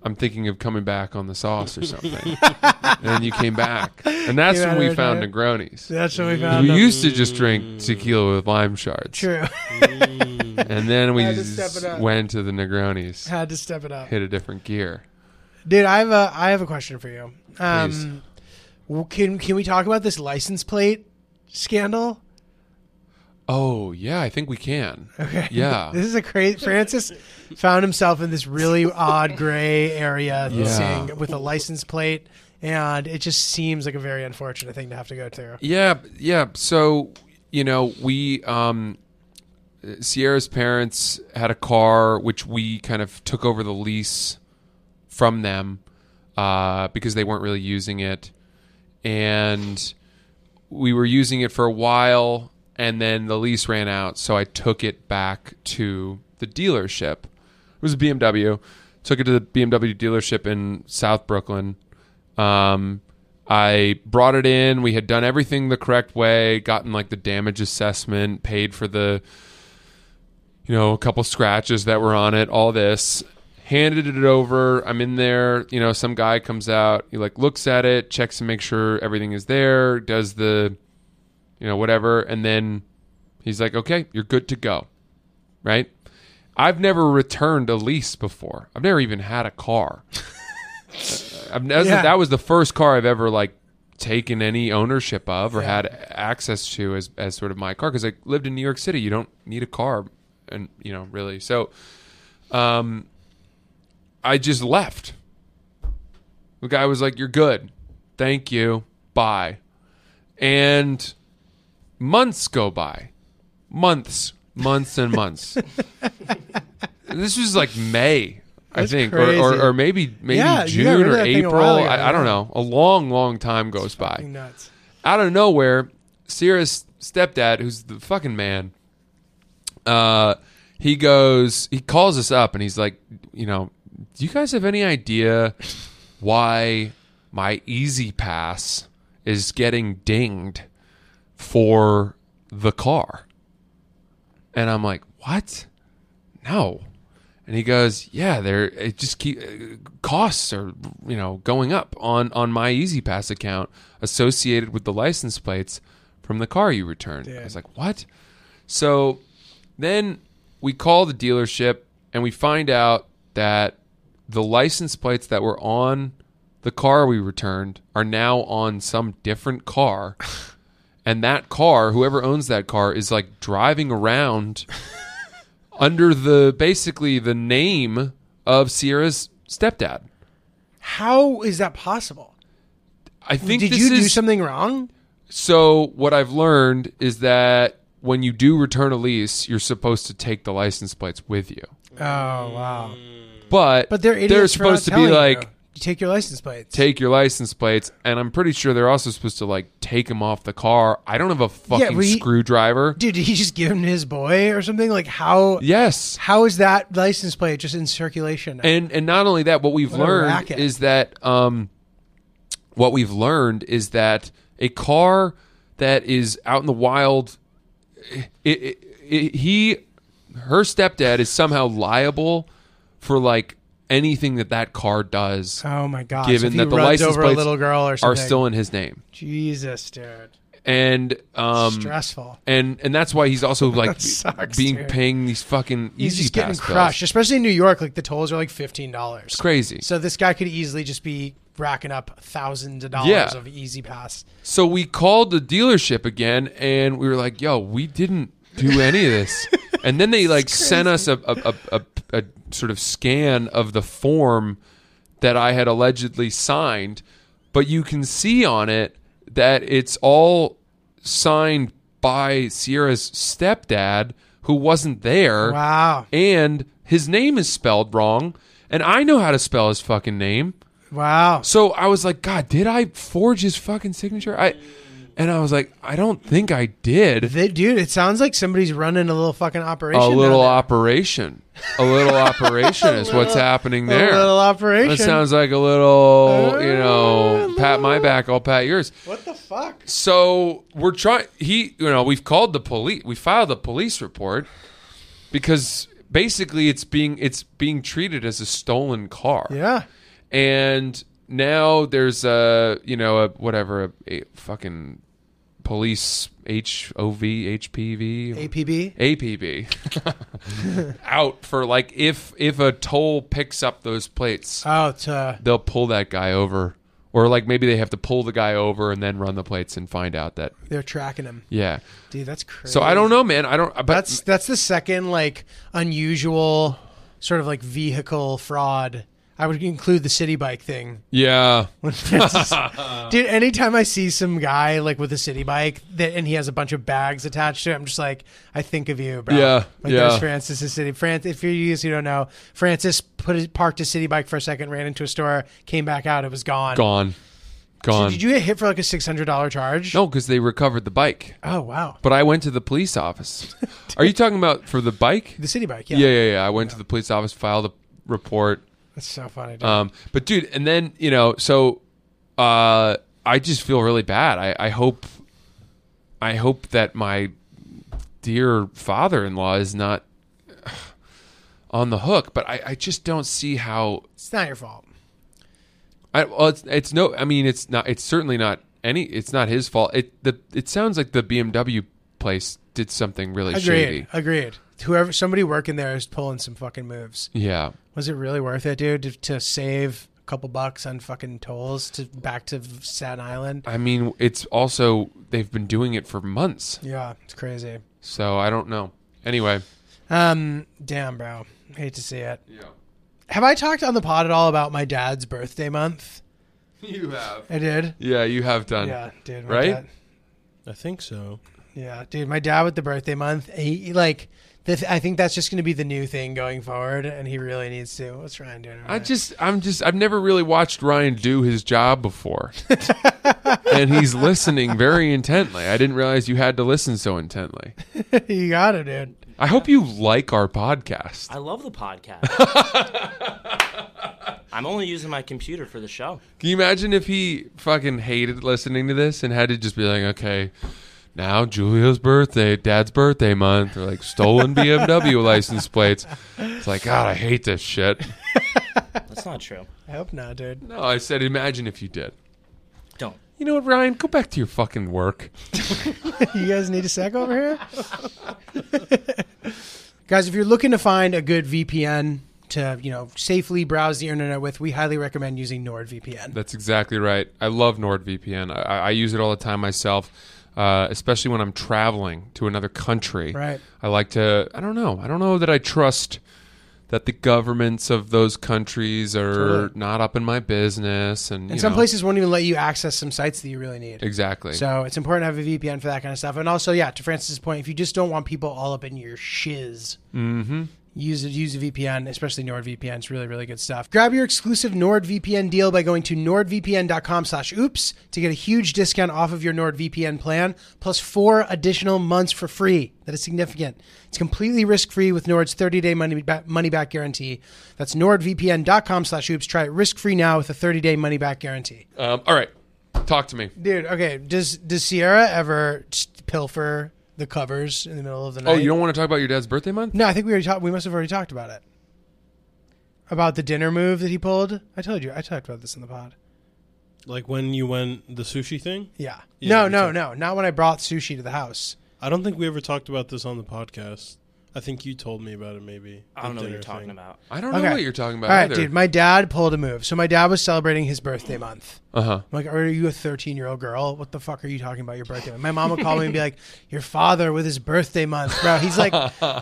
Speaker 2: I'm thinking of coming back on the sauce or something. and then you came back. And that's
Speaker 1: Came
Speaker 2: when
Speaker 1: out
Speaker 2: we
Speaker 1: of
Speaker 2: found
Speaker 1: retirement.
Speaker 2: Negronis.
Speaker 1: That's what we
Speaker 2: We
Speaker 1: found. out.
Speaker 2: used to just drink tequila with lime shards.
Speaker 1: True.
Speaker 2: And then we
Speaker 1: Had to step
Speaker 2: just
Speaker 1: it up.
Speaker 2: went to the Negronis,
Speaker 1: Had to step it up,
Speaker 2: hit a different gear.
Speaker 1: dude. I have a I have a question for you.
Speaker 2: Please.
Speaker 1: Um, w- can can we talk about this license plate scandal?
Speaker 2: Oh, yeah, I think we can.
Speaker 1: Okay.
Speaker 2: Yeah.
Speaker 1: this is a crazy. Francis found himself in this really odd gray area
Speaker 2: Yeah.
Speaker 1: thing with a license plate, and it just seems like a very unfortunate thing to have to go through.
Speaker 2: Yeah, yeah. So, you know, we um Sierra's parents had a car which we kind of took over the lease from them uh because they weren't really using it and we were using it for a while and then the lease ran out so i took it back to the dealership it was a bmw took it to the bmw dealership in south brooklyn um, i brought it in we had done everything the correct way gotten like the damage assessment paid for the you know, a couple scratches that were on it, all this. Handed it over. I'm in there. You know, some guy comes out. He like looks at it, checks to make sure everything is there, does the, you know, whatever, and then he's like, "Okay, you're good to go." Right? I've never returned a lease before. I've never even had a car. I've never,
Speaker 1: Yeah.
Speaker 2: That was the first car I've ever like taken any ownership of or
Speaker 1: Yeah.
Speaker 2: had access to as, as sort of my car because I lived in New York City. You don't need a car, and you know really. So, um, I just left. The guy was like, "You're good, thank you, bye," and months go by, months, months, and months. this was like May. I
Speaker 1: That's
Speaker 2: think, or, or,
Speaker 1: crazy.
Speaker 2: or maybe maybe
Speaker 1: Yeah, you got
Speaker 2: June
Speaker 1: rid of
Speaker 2: or
Speaker 1: that thing a
Speaker 2: April.
Speaker 1: while ago,
Speaker 2: I, I don't
Speaker 1: yeah.
Speaker 2: know. A long, long time goes by.
Speaker 1: Nuts.
Speaker 2: Out of nowhere, Sierra's stepdad, who's the fucking man, uh, he goes, he calls us up and he's like, you know, do you guys have any idea why my Easy Pass is getting dinged for the car? And I'm like, what? No. And he goes, yeah, there. It just keep uh, costs are you know going up on on my Easy Pass account associated with the license plates from the car you returned. I was like, what? So then we call the dealership and we find out that the license plates that were on the car we returned are now on some different car. And that car, whoever owns that car, is like driving around under the basically the name of Sierra's stepdad.
Speaker 1: How is that possible?
Speaker 2: I think
Speaker 1: Did
Speaker 2: this
Speaker 1: you do
Speaker 2: is-
Speaker 1: something wrong?
Speaker 2: So what I've learned is that when you do return a lease, you're supposed to take the license plates with you.
Speaker 1: Oh wow!
Speaker 2: But
Speaker 1: But they're idiots
Speaker 2: they're
Speaker 1: for not
Speaker 2: supposed to be
Speaker 1: telling you.
Speaker 2: like
Speaker 1: you take your license plates.
Speaker 2: take your license plates, and I'm pretty sure they're also supposed to like take them off the car. I don't have a fucking
Speaker 1: we-
Speaker 2: screwdriver.
Speaker 1: Dude, did he just give him to his boy or something? Like how?
Speaker 2: yes,
Speaker 1: How is that license plate just in circulation? now?
Speaker 2: and and not only that, what we've
Speaker 1: What a
Speaker 2: learned
Speaker 1: racket.
Speaker 2: is that um, what we've learned is that a car that is out in the wild, it, it, it, he, her stepdad is somehow liable for like anything that that car does,
Speaker 1: Oh my god!
Speaker 2: given
Speaker 1: if he
Speaker 2: that the
Speaker 1: rubbed
Speaker 2: license
Speaker 1: over
Speaker 2: plates
Speaker 1: a little girl or
Speaker 2: are
Speaker 1: something.
Speaker 2: still in his name.
Speaker 1: Jesus, dude,
Speaker 2: And um,
Speaker 1: stressful.
Speaker 2: and and that's why he's also like
Speaker 1: sucks,
Speaker 2: being
Speaker 1: dude.
Speaker 2: paying these fucking
Speaker 1: He's
Speaker 2: easy
Speaker 1: just getting
Speaker 2: pass
Speaker 1: crushed,
Speaker 2: bills.
Speaker 1: especially in New York. Like the tolls are like fifteen dollars.
Speaker 2: It's crazy.
Speaker 1: So this guy could easily just be racking up thousands of dollars
Speaker 2: Yeah.
Speaker 1: of Easy Pass.
Speaker 2: So we called the dealership again, and we were like, "Yo, we didn't do any of this." and then they like sent us a a, a, a a sort of scan of the form that I had allegedly signed, but you can see on it that it's all signed by Sierra's stepdad, who wasn't there.
Speaker 1: Wow,
Speaker 2: And his name is spelled wrong, and I know how to spell his fucking name.
Speaker 1: wow.
Speaker 2: So I was like, God, did I forge his fucking signature? I and I was like, I don't think I did.
Speaker 1: They, dude, it sounds like somebody's running a little fucking operation.
Speaker 2: A
Speaker 1: down
Speaker 2: little
Speaker 1: there.
Speaker 2: operation. A little operation is what's happening
Speaker 1: A
Speaker 2: there.
Speaker 1: little operation.
Speaker 2: that sounds like a little, you
Speaker 1: Uh,
Speaker 2: know,
Speaker 1: a
Speaker 2: pat my back, I'll pat yours.
Speaker 1: what the fuck?
Speaker 2: So we're trying. He, you know, we've called the police. We filed a police report because basically it's being it's being treated as a stolen car.
Speaker 1: Yeah.
Speaker 2: and now there's a you know a whatever a, a fucking police hov hpv
Speaker 1: APB.
Speaker 2: apb out for like if if a toll picks up those plates
Speaker 1: Oh, to
Speaker 2: they'll pull that guy over or like maybe they have to pull the guy over and then run the plates and find out that
Speaker 1: they're tracking him,
Speaker 2: yeah
Speaker 1: dude. That's crazy.
Speaker 2: so i don't know man i don't but
Speaker 1: That's that's the second like unusual sort of like vehicle fraud. I would include the city bike thing.
Speaker 2: yeah
Speaker 1: Dude, anytime I see some guy like with a city bike that and he has a bunch of bags attached to it, I'm just like, I think of you, bro.
Speaker 2: Yeah,
Speaker 1: like
Speaker 2: yeah.
Speaker 1: there's Francis's city. France, if you guys who don't know, Francis put his, parked his city bike for a second, ran into a store, came back out, it was gone.
Speaker 2: gone
Speaker 1: So
Speaker 2: gone
Speaker 1: did you get hit for like a six hundred dollar charge?
Speaker 2: no because they recovered the bike
Speaker 1: Oh wow,
Speaker 2: but i went to the police office are you talking about for the bike
Speaker 1: the city bike. Yeah,
Speaker 2: Yeah, yeah, yeah. I went to the police office, filed a report.
Speaker 1: that's so funny. Dude.
Speaker 2: Um, but dude, and then you know, so uh, I just feel really bad. I, I hope, I hope that my dear father-in-law is not on the hook. But I, I just don't see how.
Speaker 1: it's not your fault.
Speaker 2: I, well, it's, it's no. I mean, it's not. It's certainly not any. It's not his fault. It the. It sounds like the BMW place did something really
Speaker 1: Agreed.
Speaker 2: shady.
Speaker 1: Agreed. Whoever somebody working there is pulling some fucking moves.
Speaker 2: Yeah.
Speaker 1: Was it really worth it, dude, to, to save a couple bucks on fucking tolls to back to Staten Island?
Speaker 2: I mean, it's also they've been doing it for months.
Speaker 1: Yeah, it's crazy.
Speaker 2: So I don't know. Anyway,
Speaker 1: Um, damn, bro, hate to see it. Have I talked on the pod at all about my dad's birthday month?
Speaker 2: you have.
Speaker 1: I did.
Speaker 2: Yeah, you have done.
Speaker 1: Yeah, dude. my
Speaker 2: Right?
Speaker 1: dad-
Speaker 5: I think so.
Speaker 1: yeah, dude. My dad with the birthday month. He, he, like, the th- I think that's just going to be the new thing going forward, and he really needs to. What's Ryan doing? over
Speaker 2: I
Speaker 1: there?
Speaker 2: just, I'm just, I've never really watched Ryan do his job before, and he's listening very intently. I didn't realize you had to listen so intently.
Speaker 1: you got it, dude.
Speaker 2: I hope you like our podcast.
Speaker 4: I love the podcast. I'm only using my computer for the show.
Speaker 2: Can you imagine if he fucking hated listening to this and had to just be like, okay, now Julio's birthday, Dad's birthday month, or like stolen BMW license plates? It's like, God, I hate this shit.
Speaker 4: That's not true.
Speaker 1: I hope not, dude.
Speaker 2: No, I said, imagine if you did.
Speaker 4: Don't.
Speaker 2: You know what, Ryan? Go back to your fucking work.
Speaker 1: you guys need a sec over here? guys, if you're looking to find a good VPN to, you know, safely browse the internet with, we highly recommend using NordVPN.
Speaker 2: That's exactly right. I love NordVPN. I, I I use it all the time myself, uh, especially when I'm traveling to another country.
Speaker 1: Right.
Speaker 2: I like to. I don't know. I don't know that I trust that the governments of those countries are
Speaker 1: Totally.
Speaker 2: not up in my business. And, you
Speaker 1: And some
Speaker 2: know,
Speaker 1: places won't even let you access some sites that you really need.
Speaker 2: exactly.
Speaker 1: So it's important to have a VPN for that kind of stuff. And also, yeah, to Francis's point, if you just don't want people all up in your shiz, use use a VPN, especially NordVPN. It's really really good stuff. Grab your exclusive NordVPN deal by going to nordvpn.com/oops to get a huge discount off of your NordVPN plan, plus four additional months for free. That is significant. It's completely risk free with Nord's 30-day money back, money back guarantee. That's nordvpn.com/oops. Try it risk free now with a 30-day money back guarantee.
Speaker 2: um, all right. Talk to me.
Speaker 1: Dude, okay. Does does Sierra ever just pilfer the covers in the middle of the night?
Speaker 2: Oh, you don't want to talk about your dad's birthday month?
Speaker 1: No, I think we already talked. We must have already talked about it. about the dinner move that he pulled? I told you. I talked about this in the pod.
Speaker 5: Like when you went the sushi thing?
Speaker 1: Yeah.
Speaker 5: Yeah,
Speaker 1: no,
Speaker 5: we
Speaker 1: no,
Speaker 5: talked-
Speaker 1: no. Not when I brought sushi to the house.
Speaker 5: I don't think we ever talked about this on the podcast. I think you told me about it maybe.
Speaker 4: I don't
Speaker 5: the
Speaker 4: know what you're
Speaker 5: dinner
Speaker 4: talking
Speaker 5: thing.
Speaker 4: about.
Speaker 2: I don't
Speaker 1: Okay.
Speaker 2: know what you're talking about
Speaker 1: All right,
Speaker 2: either.
Speaker 1: dude. My dad pulled a move. So my dad was celebrating his birthday month.
Speaker 2: uh huh.
Speaker 1: I'm like, are you a 13 year old girl? What the fuck are you talking about your birthday? month?" My mom would call me and be like, your father with his birthday month, bro. He's like,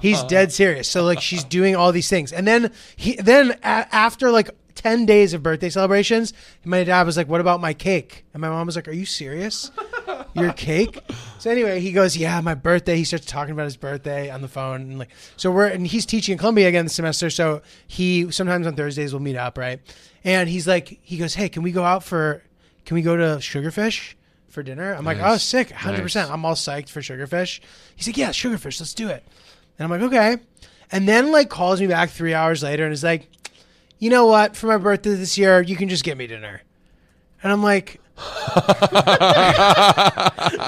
Speaker 1: he's dead serious. So like, she's doing all these things, and then he then a- after like 10 days of birthday celebrations, my dad was like, what about my cake? And my mom was like, are you serious? Your cake? So anyway, he goes, yeah, my birthday. He starts talking about his birthday on the phone, and like, so we're and he's teaching in Columbia again this semester. So he sometimes on Thursdays we'll meet up, right? And he's like, he goes, hey, can we go out for can we go to Sugarfish for dinner? I'm like, oh,
Speaker 2: Nice.
Speaker 1: sick, 100%.
Speaker 2: Nice.
Speaker 1: I'm all psyched for Sugarfish. He's like, yeah, Sugarfish, let's do it. And I'm like, okay. And then, like, calls me back three hours later and is like, you know what? For my birthday this year, you can just get me dinner. And I'm like,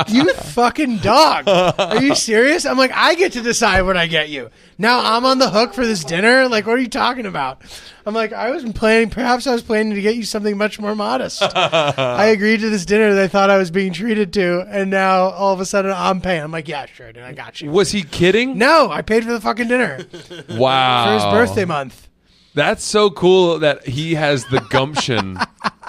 Speaker 1: you fucking dog. Are you serious? I'm like, I get to decide what I get you. Now I'm on the hook for this dinner? Like, what are you talking about? I'm like, I was planning, perhaps I was planning to get you something much more modest. I agreed to this dinner that I thought I was being treated to, and now all of a sudden I'm paying. I'm like, yeah, sure, dude, I got you.
Speaker 2: Was he kidding?
Speaker 1: No, I paid for the fucking dinner for
Speaker 2: Wow.
Speaker 1: his birthday month.
Speaker 2: That's so cool that he has the gumption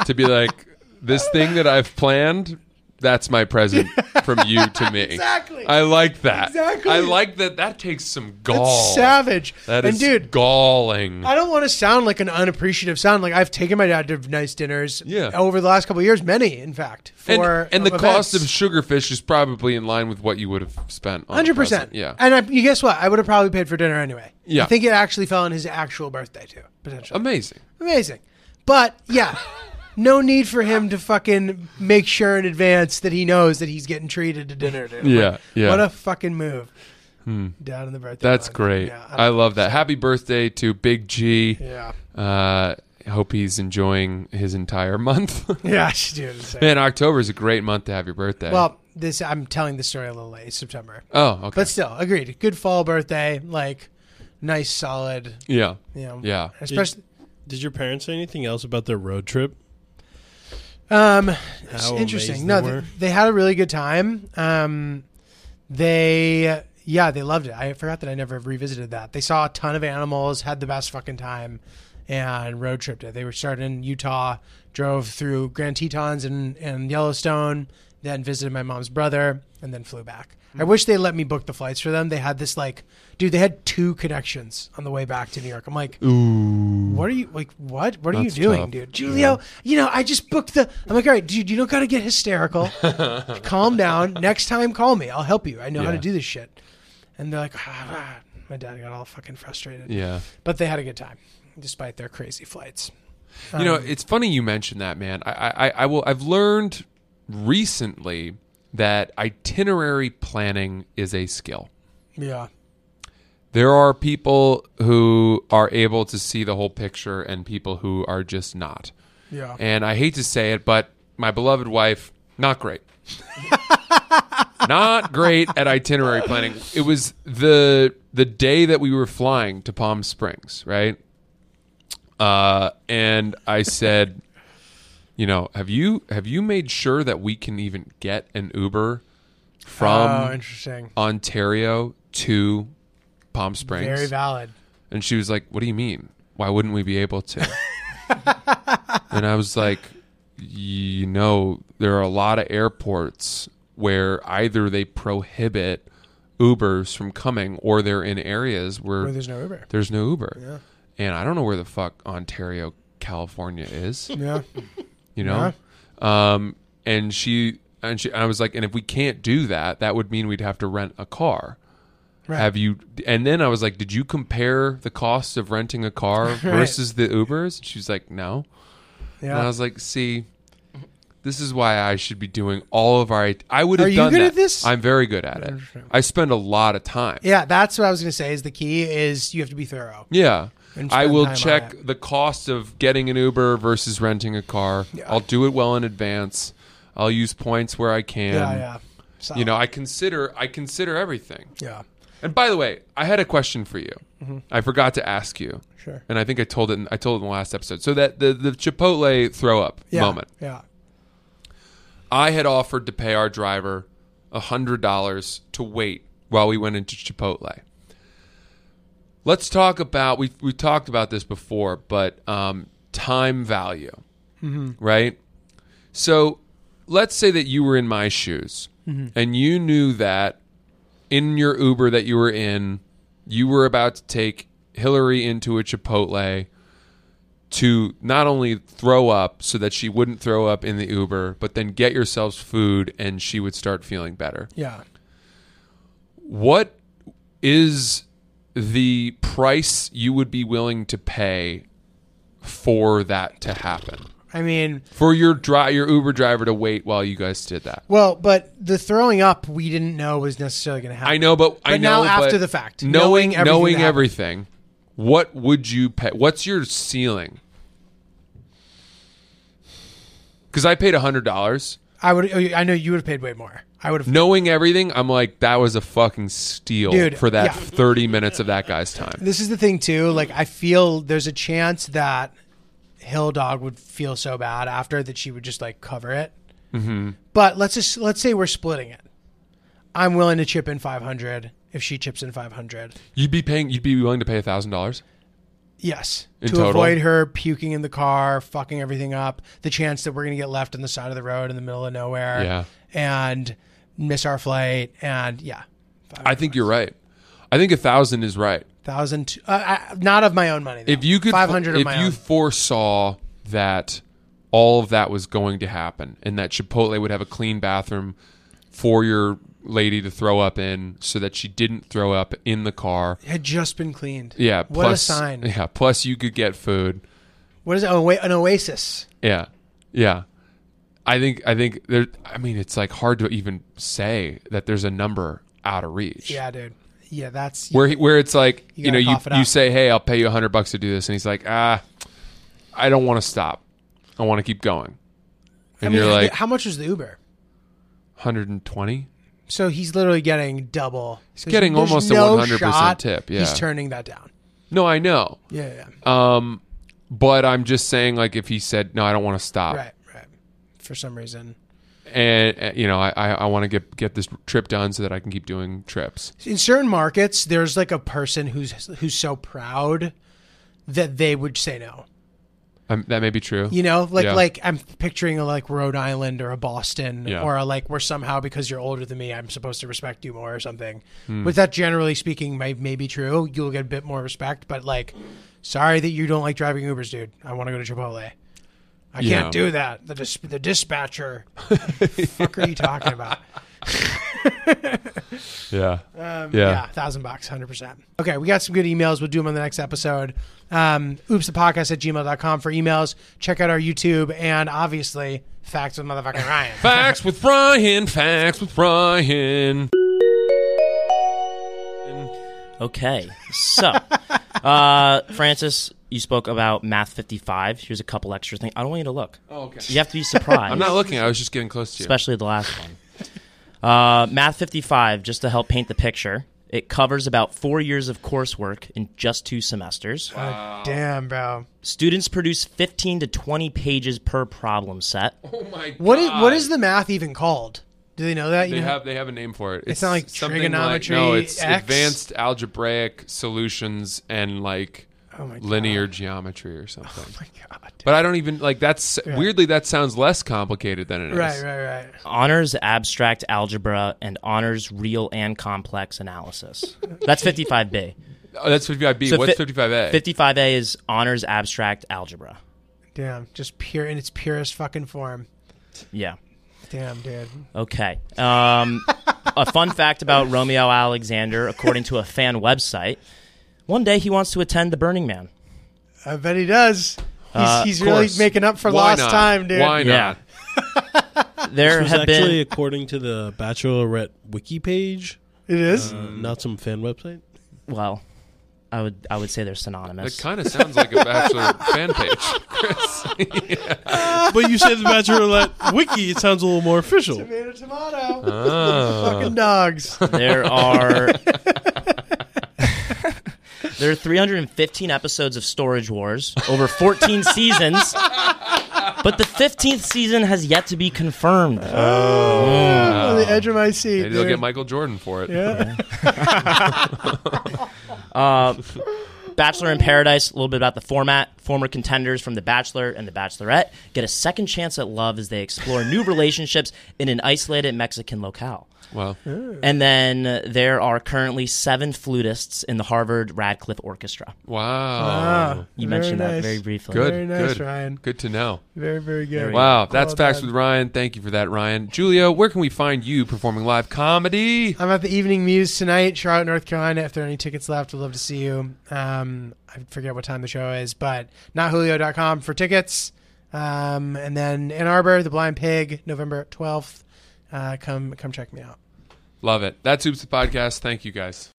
Speaker 2: to be like, this thing that I've planned, that's my present from you to me.
Speaker 1: Exactly.
Speaker 2: I like that.
Speaker 1: Exactly.
Speaker 2: I like that. That takes some gall.
Speaker 1: That's savage.
Speaker 2: That
Speaker 1: and
Speaker 2: is
Speaker 1: dude,
Speaker 2: galling.
Speaker 1: I don't want to sound like an unappreciative sound. Like I've taken my dad to nice dinners
Speaker 2: Yeah.
Speaker 1: over the last couple of years, many in fact.
Speaker 2: and,
Speaker 1: For
Speaker 2: and the
Speaker 1: um,
Speaker 2: cost of
Speaker 1: events.
Speaker 2: sugarfish is probably in line with what you would have spent. on a
Speaker 1: hundred percent.
Speaker 2: present. Yeah.
Speaker 1: And I, you guess what? I would have probably paid for dinner anyway.
Speaker 2: Yeah.
Speaker 1: I think it actually fell on his actual birthday too, potentially.
Speaker 2: Amazing.
Speaker 1: Amazing. But yeah, no need for him to fucking make sure in advance that he knows that he's getting treated to dinner. Dude.
Speaker 2: Yeah,
Speaker 1: Like,
Speaker 2: yeah. Hmm.
Speaker 1: What a fucking move. Down in the birthday.
Speaker 2: That's
Speaker 1: month.
Speaker 2: great.
Speaker 1: Yeah.
Speaker 2: I love that. Happy birthday to Big G.
Speaker 1: yeah.
Speaker 2: Uh, hope he's enjoying his entire month.
Speaker 1: Yeah. Dude, it's-
Speaker 2: Man, October is a great month to have your birthday.
Speaker 1: well, this I'm telling this story a little late. It's September.
Speaker 2: oh, okay.
Speaker 1: But still, agreed. Good fall birthday, like nice, solid.
Speaker 2: yeah.
Speaker 1: You know,
Speaker 2: Yeah.
Speaker 1: Especially,
Speaker 5: Did your parents say anything else about their road trip?
Speaker 1: um, it's
Speaker 5: How
Speaker 1: interesting.
Speaker 5: amazed
Speaker 1: No,
Speaker 5: they
Speaker 1: they,
Speaker 5: were.
Speaker 1: they had a really good time. Um, they, yeah, they loved it. I forgot that I never revisited that. They saw a ton of animals, had the best fucking time, and road tripped it. They were started in Utah, drove through Grand Tetons and and Yellowstone, then visited my mom's brother, and then flew back. I wish they let me book the flights for them. They had this like, dude, they had two connections on the way back to New York. I'm like, what are you like? What? What are
Speaker 2: That's
Speaker 1: you doing,
Speaker 2: tough.
Speaker 1: dude? Julio, you know, I just booked the. I'm like, all right, dude, you don't got to get hysterical. Calm down. Next time, call me. I'll help you. I know how to
Speaker 2: Yeah.
Speaker 1: do this shit. And they're like, "Ah, ah." my dad got all fucking frustrated.
Speaker 2: Yeah.
Speaker 1: But they had a good time, despite their crazy flights.
Speaker 2: you know, it's funny you mentioned that, man. I, I, I- I will. I've learned recently that itinerary planning is a skill.
Speaker 1: Yeah.
Speaker 2: There are people who are able to see the whole picture, and people who are just not.
Speaker 1: Yeah.
Speaker 2: And I hate to say it, but my beloved wife, not great. not great at itinerary planning. It was the the day that we were flying to Palm Springs, right? Uh, and I said, you know, have you have you made sure that we can even get an Uber from
Speaker 1: oh, interesting.
Speaker 2: Ontario to Palm Springs?
Speaker 1: Very valid.
Speaker 2: And she was like, What do you mean? Why wouldn't we be able to? and I was like, You know, there are a lot of airports where either they prohibit Ubers from coming or they're in areas where,
Speaker 1: Where there's no Uber.
Speaker 2: there's no Uber. And I don't know where the fuck Ontario, California is
Speaker 1: Yeah.
Speaker 2: you know um and she and she i was like and if we can't do that that would mean we'd have to rent a car
Speaker 1: Right.
Speaker 2: have you and then i was like did you compare the cost of renting a car versus the ubers she's like no and i
Speaker 1: Yeah.
Speaker 2: was like see this is why I should be doing all of our. I would have
Speaker 1: Are you
Speaker 2: done
Speaker 1: good
Speaker 2: that.
Speaker 1: at this?
Speaker 2: I'm very good at it. I spend a lot of time.
Speaker 1: Yeah, that's what I was gonna say. Is the key is you have to be thorough.
Speaker 2: Yeah.
Speaker 1: And
Speaker 2: I
Speaker 1: spend
Speaker 2: will
Speaker 1: time on
Speaker 2: check
Speaker 1: it.
Speaker 2: the cost of getting an Uber versus renting a car. I'll do it well in advance. I'll use points where I can.
Speaker 1: Yeah, yeah. So,
Speaker 2: You know, I consider I consider everything.
Speaker 1: Yeah.
Speaker 2: And by the way, I had a question for you. I forgot to ask you.
Speaker 1: Mm-hmm. Sure.
Speaker 2: And I think I told it. In, I told it in the last episode. So that the the Chipotle throw up
Speaker 1: Yeah.
Speaker 2: moment.
Speaker 1: Yeah.
Speaker 2: I had offered to pay our driver $100 to wait while we went into Chipotle. Let's talk about we we talked about this before, but um, time value, right? So, let's say that you were in my shoes and you knew that in your Uber that you were in, you were about to take Hillary into a Chipotle to not only throw up so that she wouldn't throw up in the Uber, but then get yourselves food and she would start feeling better.
Speaker 1: Yeah.
Speaker 2: What is the price you would be willing to pay for that to happen?
Speaker 1: I mean,
Speaker 2: For your dri- your Uber driver to wait while you guys did that?
Speaker 1: well, but the throwing up we didn't know was necessarily going to happen.
Speaker 2: I know, but, I
Speaker 1: But
Speaker 2: know
Speaker 1: now after
Speaker 2: but
Speaker 1: the fact, knowing
Speaker 2: knowing
Speaker 1: everything
Speaker 2: knowing
Speaker 1: that happened.
Speaker 2: everything, what would you pay? What's your ceiling? Because I paid hundred dollars.
Speaker 1: I would. oh, I know you would have paid way more. I would have.
Speaker 2: Knowing everything, I'm like, that was a fucking steal
Speaker 1: Dude,
Speaker 2: for that
Speaker 1: yeah.
Speaker 2: 30 minutes of that guy's time.
Speaker 1: This is the thing too. Like I feel there's a chance that Hill Dog would feel so bad after that she would just like cover it.
Speaker 2: Mm-hmm.
Speaker 1: But let's just let's say we're splitting it. I'm willing to chip in 500 if she chips in 500.
Speaker 2: You'd be paying. You'd be willing to pay thousand dollars.
Speaker 1: Yes,
Speaker 2: In
Speaker 1: to
Speaker 2: total?
Speaker 1: avoid her puking in the car, fucking everything up. The chance that we're gonna get left on the side of the road in the middle of nowhere.
Speaker 2: Yeah.
Speaker 1: and miss our flight. And yeah,
Speaker 2: I think you're right. I think a thousand is right.
Speaker 1: thousand. t- Uh, I, not of my own money. Though.
Speaker 2: If you could,
Speaker 1: 500 of
Speaker 2: If
Speaker 1: my
Speaker 2: you
Speaker 1: own.
Speaker 2: foresaw that all of that was going to happen, and that Chipotle would have a clean bathroom for your lady to throw up in, so that she didn't throw up in the car.
Speaker 1: had just been cleaned.
Speaker 2: Yeah.
Speaker 1: What
Speaker 2: plus,
Speaker 1: a sign.
Speaker 2: Yeah. Plus, you could get food.
Speaker 1: What is it? Oh, wait, an oasis.
Speaker 2: Yeah, yeah. I think I think there. I mean, it's like hard to even say that there's a number out of reach.
Speaker 1: Yeah, dude. Yeah, that's
Speaker 2: Where he, where it's like you,
Speaker 1: You
Speaker 2: know
Speaker 1: gotta
Speaker 2: you
Speaker 1: cough it
Speaker 2: you
Speaker 1: out.
Speaker 2: say hey I'll pay you a hundred bucks to do this and he's like ah I don't want to stop I want to keep going
Speaker 1: I
Speaker 2: and
Speaker 1: mean,
Speaker 2: you're like
Speaker 1: how much was the Uber?
Speaker 2: 120
Speaker 1: So he's literally getting double. He's
Speaker 2: getting almost a 100% tip, yeah.
Speaker 1: he's turning that down.
Speaker 2: no I know
Speaker 1: Yeah, yeah, yeah.
Speaker 2: um but I'm just saying like if he said no I don't want to stop
Speaker 1: right, right. For some reason,
Speaker 2: and uh, you know I I, I want to get get this trip done so that I can keep doing trips
Speaker 1: in certain markets, there's like a person who's who's so proud that they would say no.
Speaker 2: um, that may be true
Speaker 1: You know, like
Speaker 2: Yeah.
Speaker 1: like I'm picturing a like Rhode Island or a Boston
Speaker 2: Yeah.
Speaker 1: or a like where somehow because you're older than me, I'm supposed to respect you more or something.
Speaker 2: Hmm.
Speaker 1: But that generally speaking may, may be true. You'll get a bit more respect, but like, sorry that you don't like driving Ubers, dude. I want to go to Chipotle. I
Speaker 2: Yeah.
Speaker 1: can't do that. The dis- the dispatcher. fuck are you talking about?
Speaker 2: yeah
Speaker 1: Um,
Speaker 2: Yeah.
Speaker 1: yeah, thousand bucks, hundred percent. Okay, we got some good emails. We'll do them on the next episode. Um, oops, the podcast at gmail.com for emails. Check out our YouTube and obviously facts with motherfucking Ryan.
Speaker 2: Facts with Ryan. Facts with Ryan.
Speaker 4: Okay. So, uh, Francis, you spoke about Math 55. Here's a couple extra things. I don't want you to look.
Speaker 2: okay.
Speaker 4: You have to be surprised.
Speaker 2: Oh. I'm not looking. I was just getting close to you.
Speaker 4: especially the last one. Uh, Math 55, just to help paint the picture, it covers about four years of coursework in just two semesters.
Speaker 1: Damn, bro.
Speaker 4: Students produce 15 to 20 pages per problem set.
Speaker 2: Oh my god.
Speaker 1: What is what is the math even called? Do they know that? You
Speaker 2: They
Speaker 1: know?
Speaker 2: have they have a name for it. It's,
Speaker 1: not like
Speaker 2: something
Speaker 1: trigonometry
Speaker 2: no, it's
Speaker 1: X?
Speaker 2: advanced algebraic solutions and like
Speaker 1: oh my
Speaker 2: linear geometry or something.
Speaker 1: God. Oh my god.
Speaker 2: but I don't even like that's weirdly that sounds less complicated than it is.
Speaker 1: Right, right, right.
Speaker 4: Honors abstract algebra and honors real and complex analysis. That's 55B.
Speaker 2: Oh, that's 55B.
Speaker 4: So
Speaker 2: What's
Speaker 4: fi-
Speaker 2: 55A?
Speaker 4: 55A is honors abstract algebra.
Speaker 1: Damn, just pure in its purest fucking form.
Speaker 4: Yeah.
Speaker 1: Damn, dude.
Speaker 4: Okay. Um, a fun fact about Romeo Alexander, according to a fan website, one day he wants to attend the Burning Man.
Speaker 1: I bet he does. He's,
Speaker 4: Uh,
Speaker 1: he's
Speaker 2: Of
Speaker 1: really
Speaker 2: course.
Speaker 1: making up for
Speaker 2: Why
Speaker 1: lost
Speaker 2: not?
Speaker 1: time, dude.
Speaker 2: Why not?
Speaker 4: There
Speaker 5: It was
Speaker 4: have
Speaker 5: actually
Speaker 4: been
Speaker 5: according to the Bachelorette wiki page,
Speaker 1: It is.
Speaker 5: uh, not some fan website.
Speaker 4: well, I would I would say they're
Speaker 2: That
Speaker 4: synonymous.
Speaker 2: kind of sounds like a bachelor fan page, Chris.
Speaker 5: But you said the Bachelorette wiki, it sounds a little more official.
Speaker 1: tomato, tomato.
Speaker 2: Ah.
Speaker 1: fucking dogs.
Speaker 4: there are There are 315 episodes of Storage Wars over 14 seasons, but the 15th season has yet to be confirmed.
Speaker 1: on the edge of my seat.
Speaker 2: Maybe they'll
Speaker 1: dude.
Speaker 2: get Michael Jordan for it.
Speaker 1: yeah.
Speaker 4: Bachelor in Paradise, a little bit about the format. Former contenders from The Bachelor and The Bachelorette get a second chance at love as they explore new relationships in an isolated Mexican locale.
Speaker 2: Wow.
Speaker 4: And then uh, there are currently seven flutists in the Harvard Radcliffe Orchestra.
Speaker 2: Wow.
Speaker 1: Ah,
Speaker 4: You
Speaker 1: very
Speaker 4: mentioned that
Speaker 1: nice.
Speaker 4: very briefly.
Speaker 2: Good.
Speaker 1: Very nice,
Speaker 2: good.
Speaker 1: Ryan.
Speaker 2: Good to know.
Speaker 1: Very, very good.
Speaker 2: Wow, that's
Speaker 1: Well
Speaker 2: Facts
Speaker 1: done.
Speaker 2: with Ryan. Thank you for that, Ryan. Julio, where can we find you performing live comedy?
Speaker 1: I'm at the Evening Muse tonight, Charlotte, North Carolina. If there are any tickets left, I'd love to see you. Um, I forget what time the show is, but notjulio.com for tickets. Um, and then Ann Arbor, The Blind Pig, November 12th. Uh, come, come check me out.
Speaker 2: Love it. That's Oops the Podcast. Thank you, guys.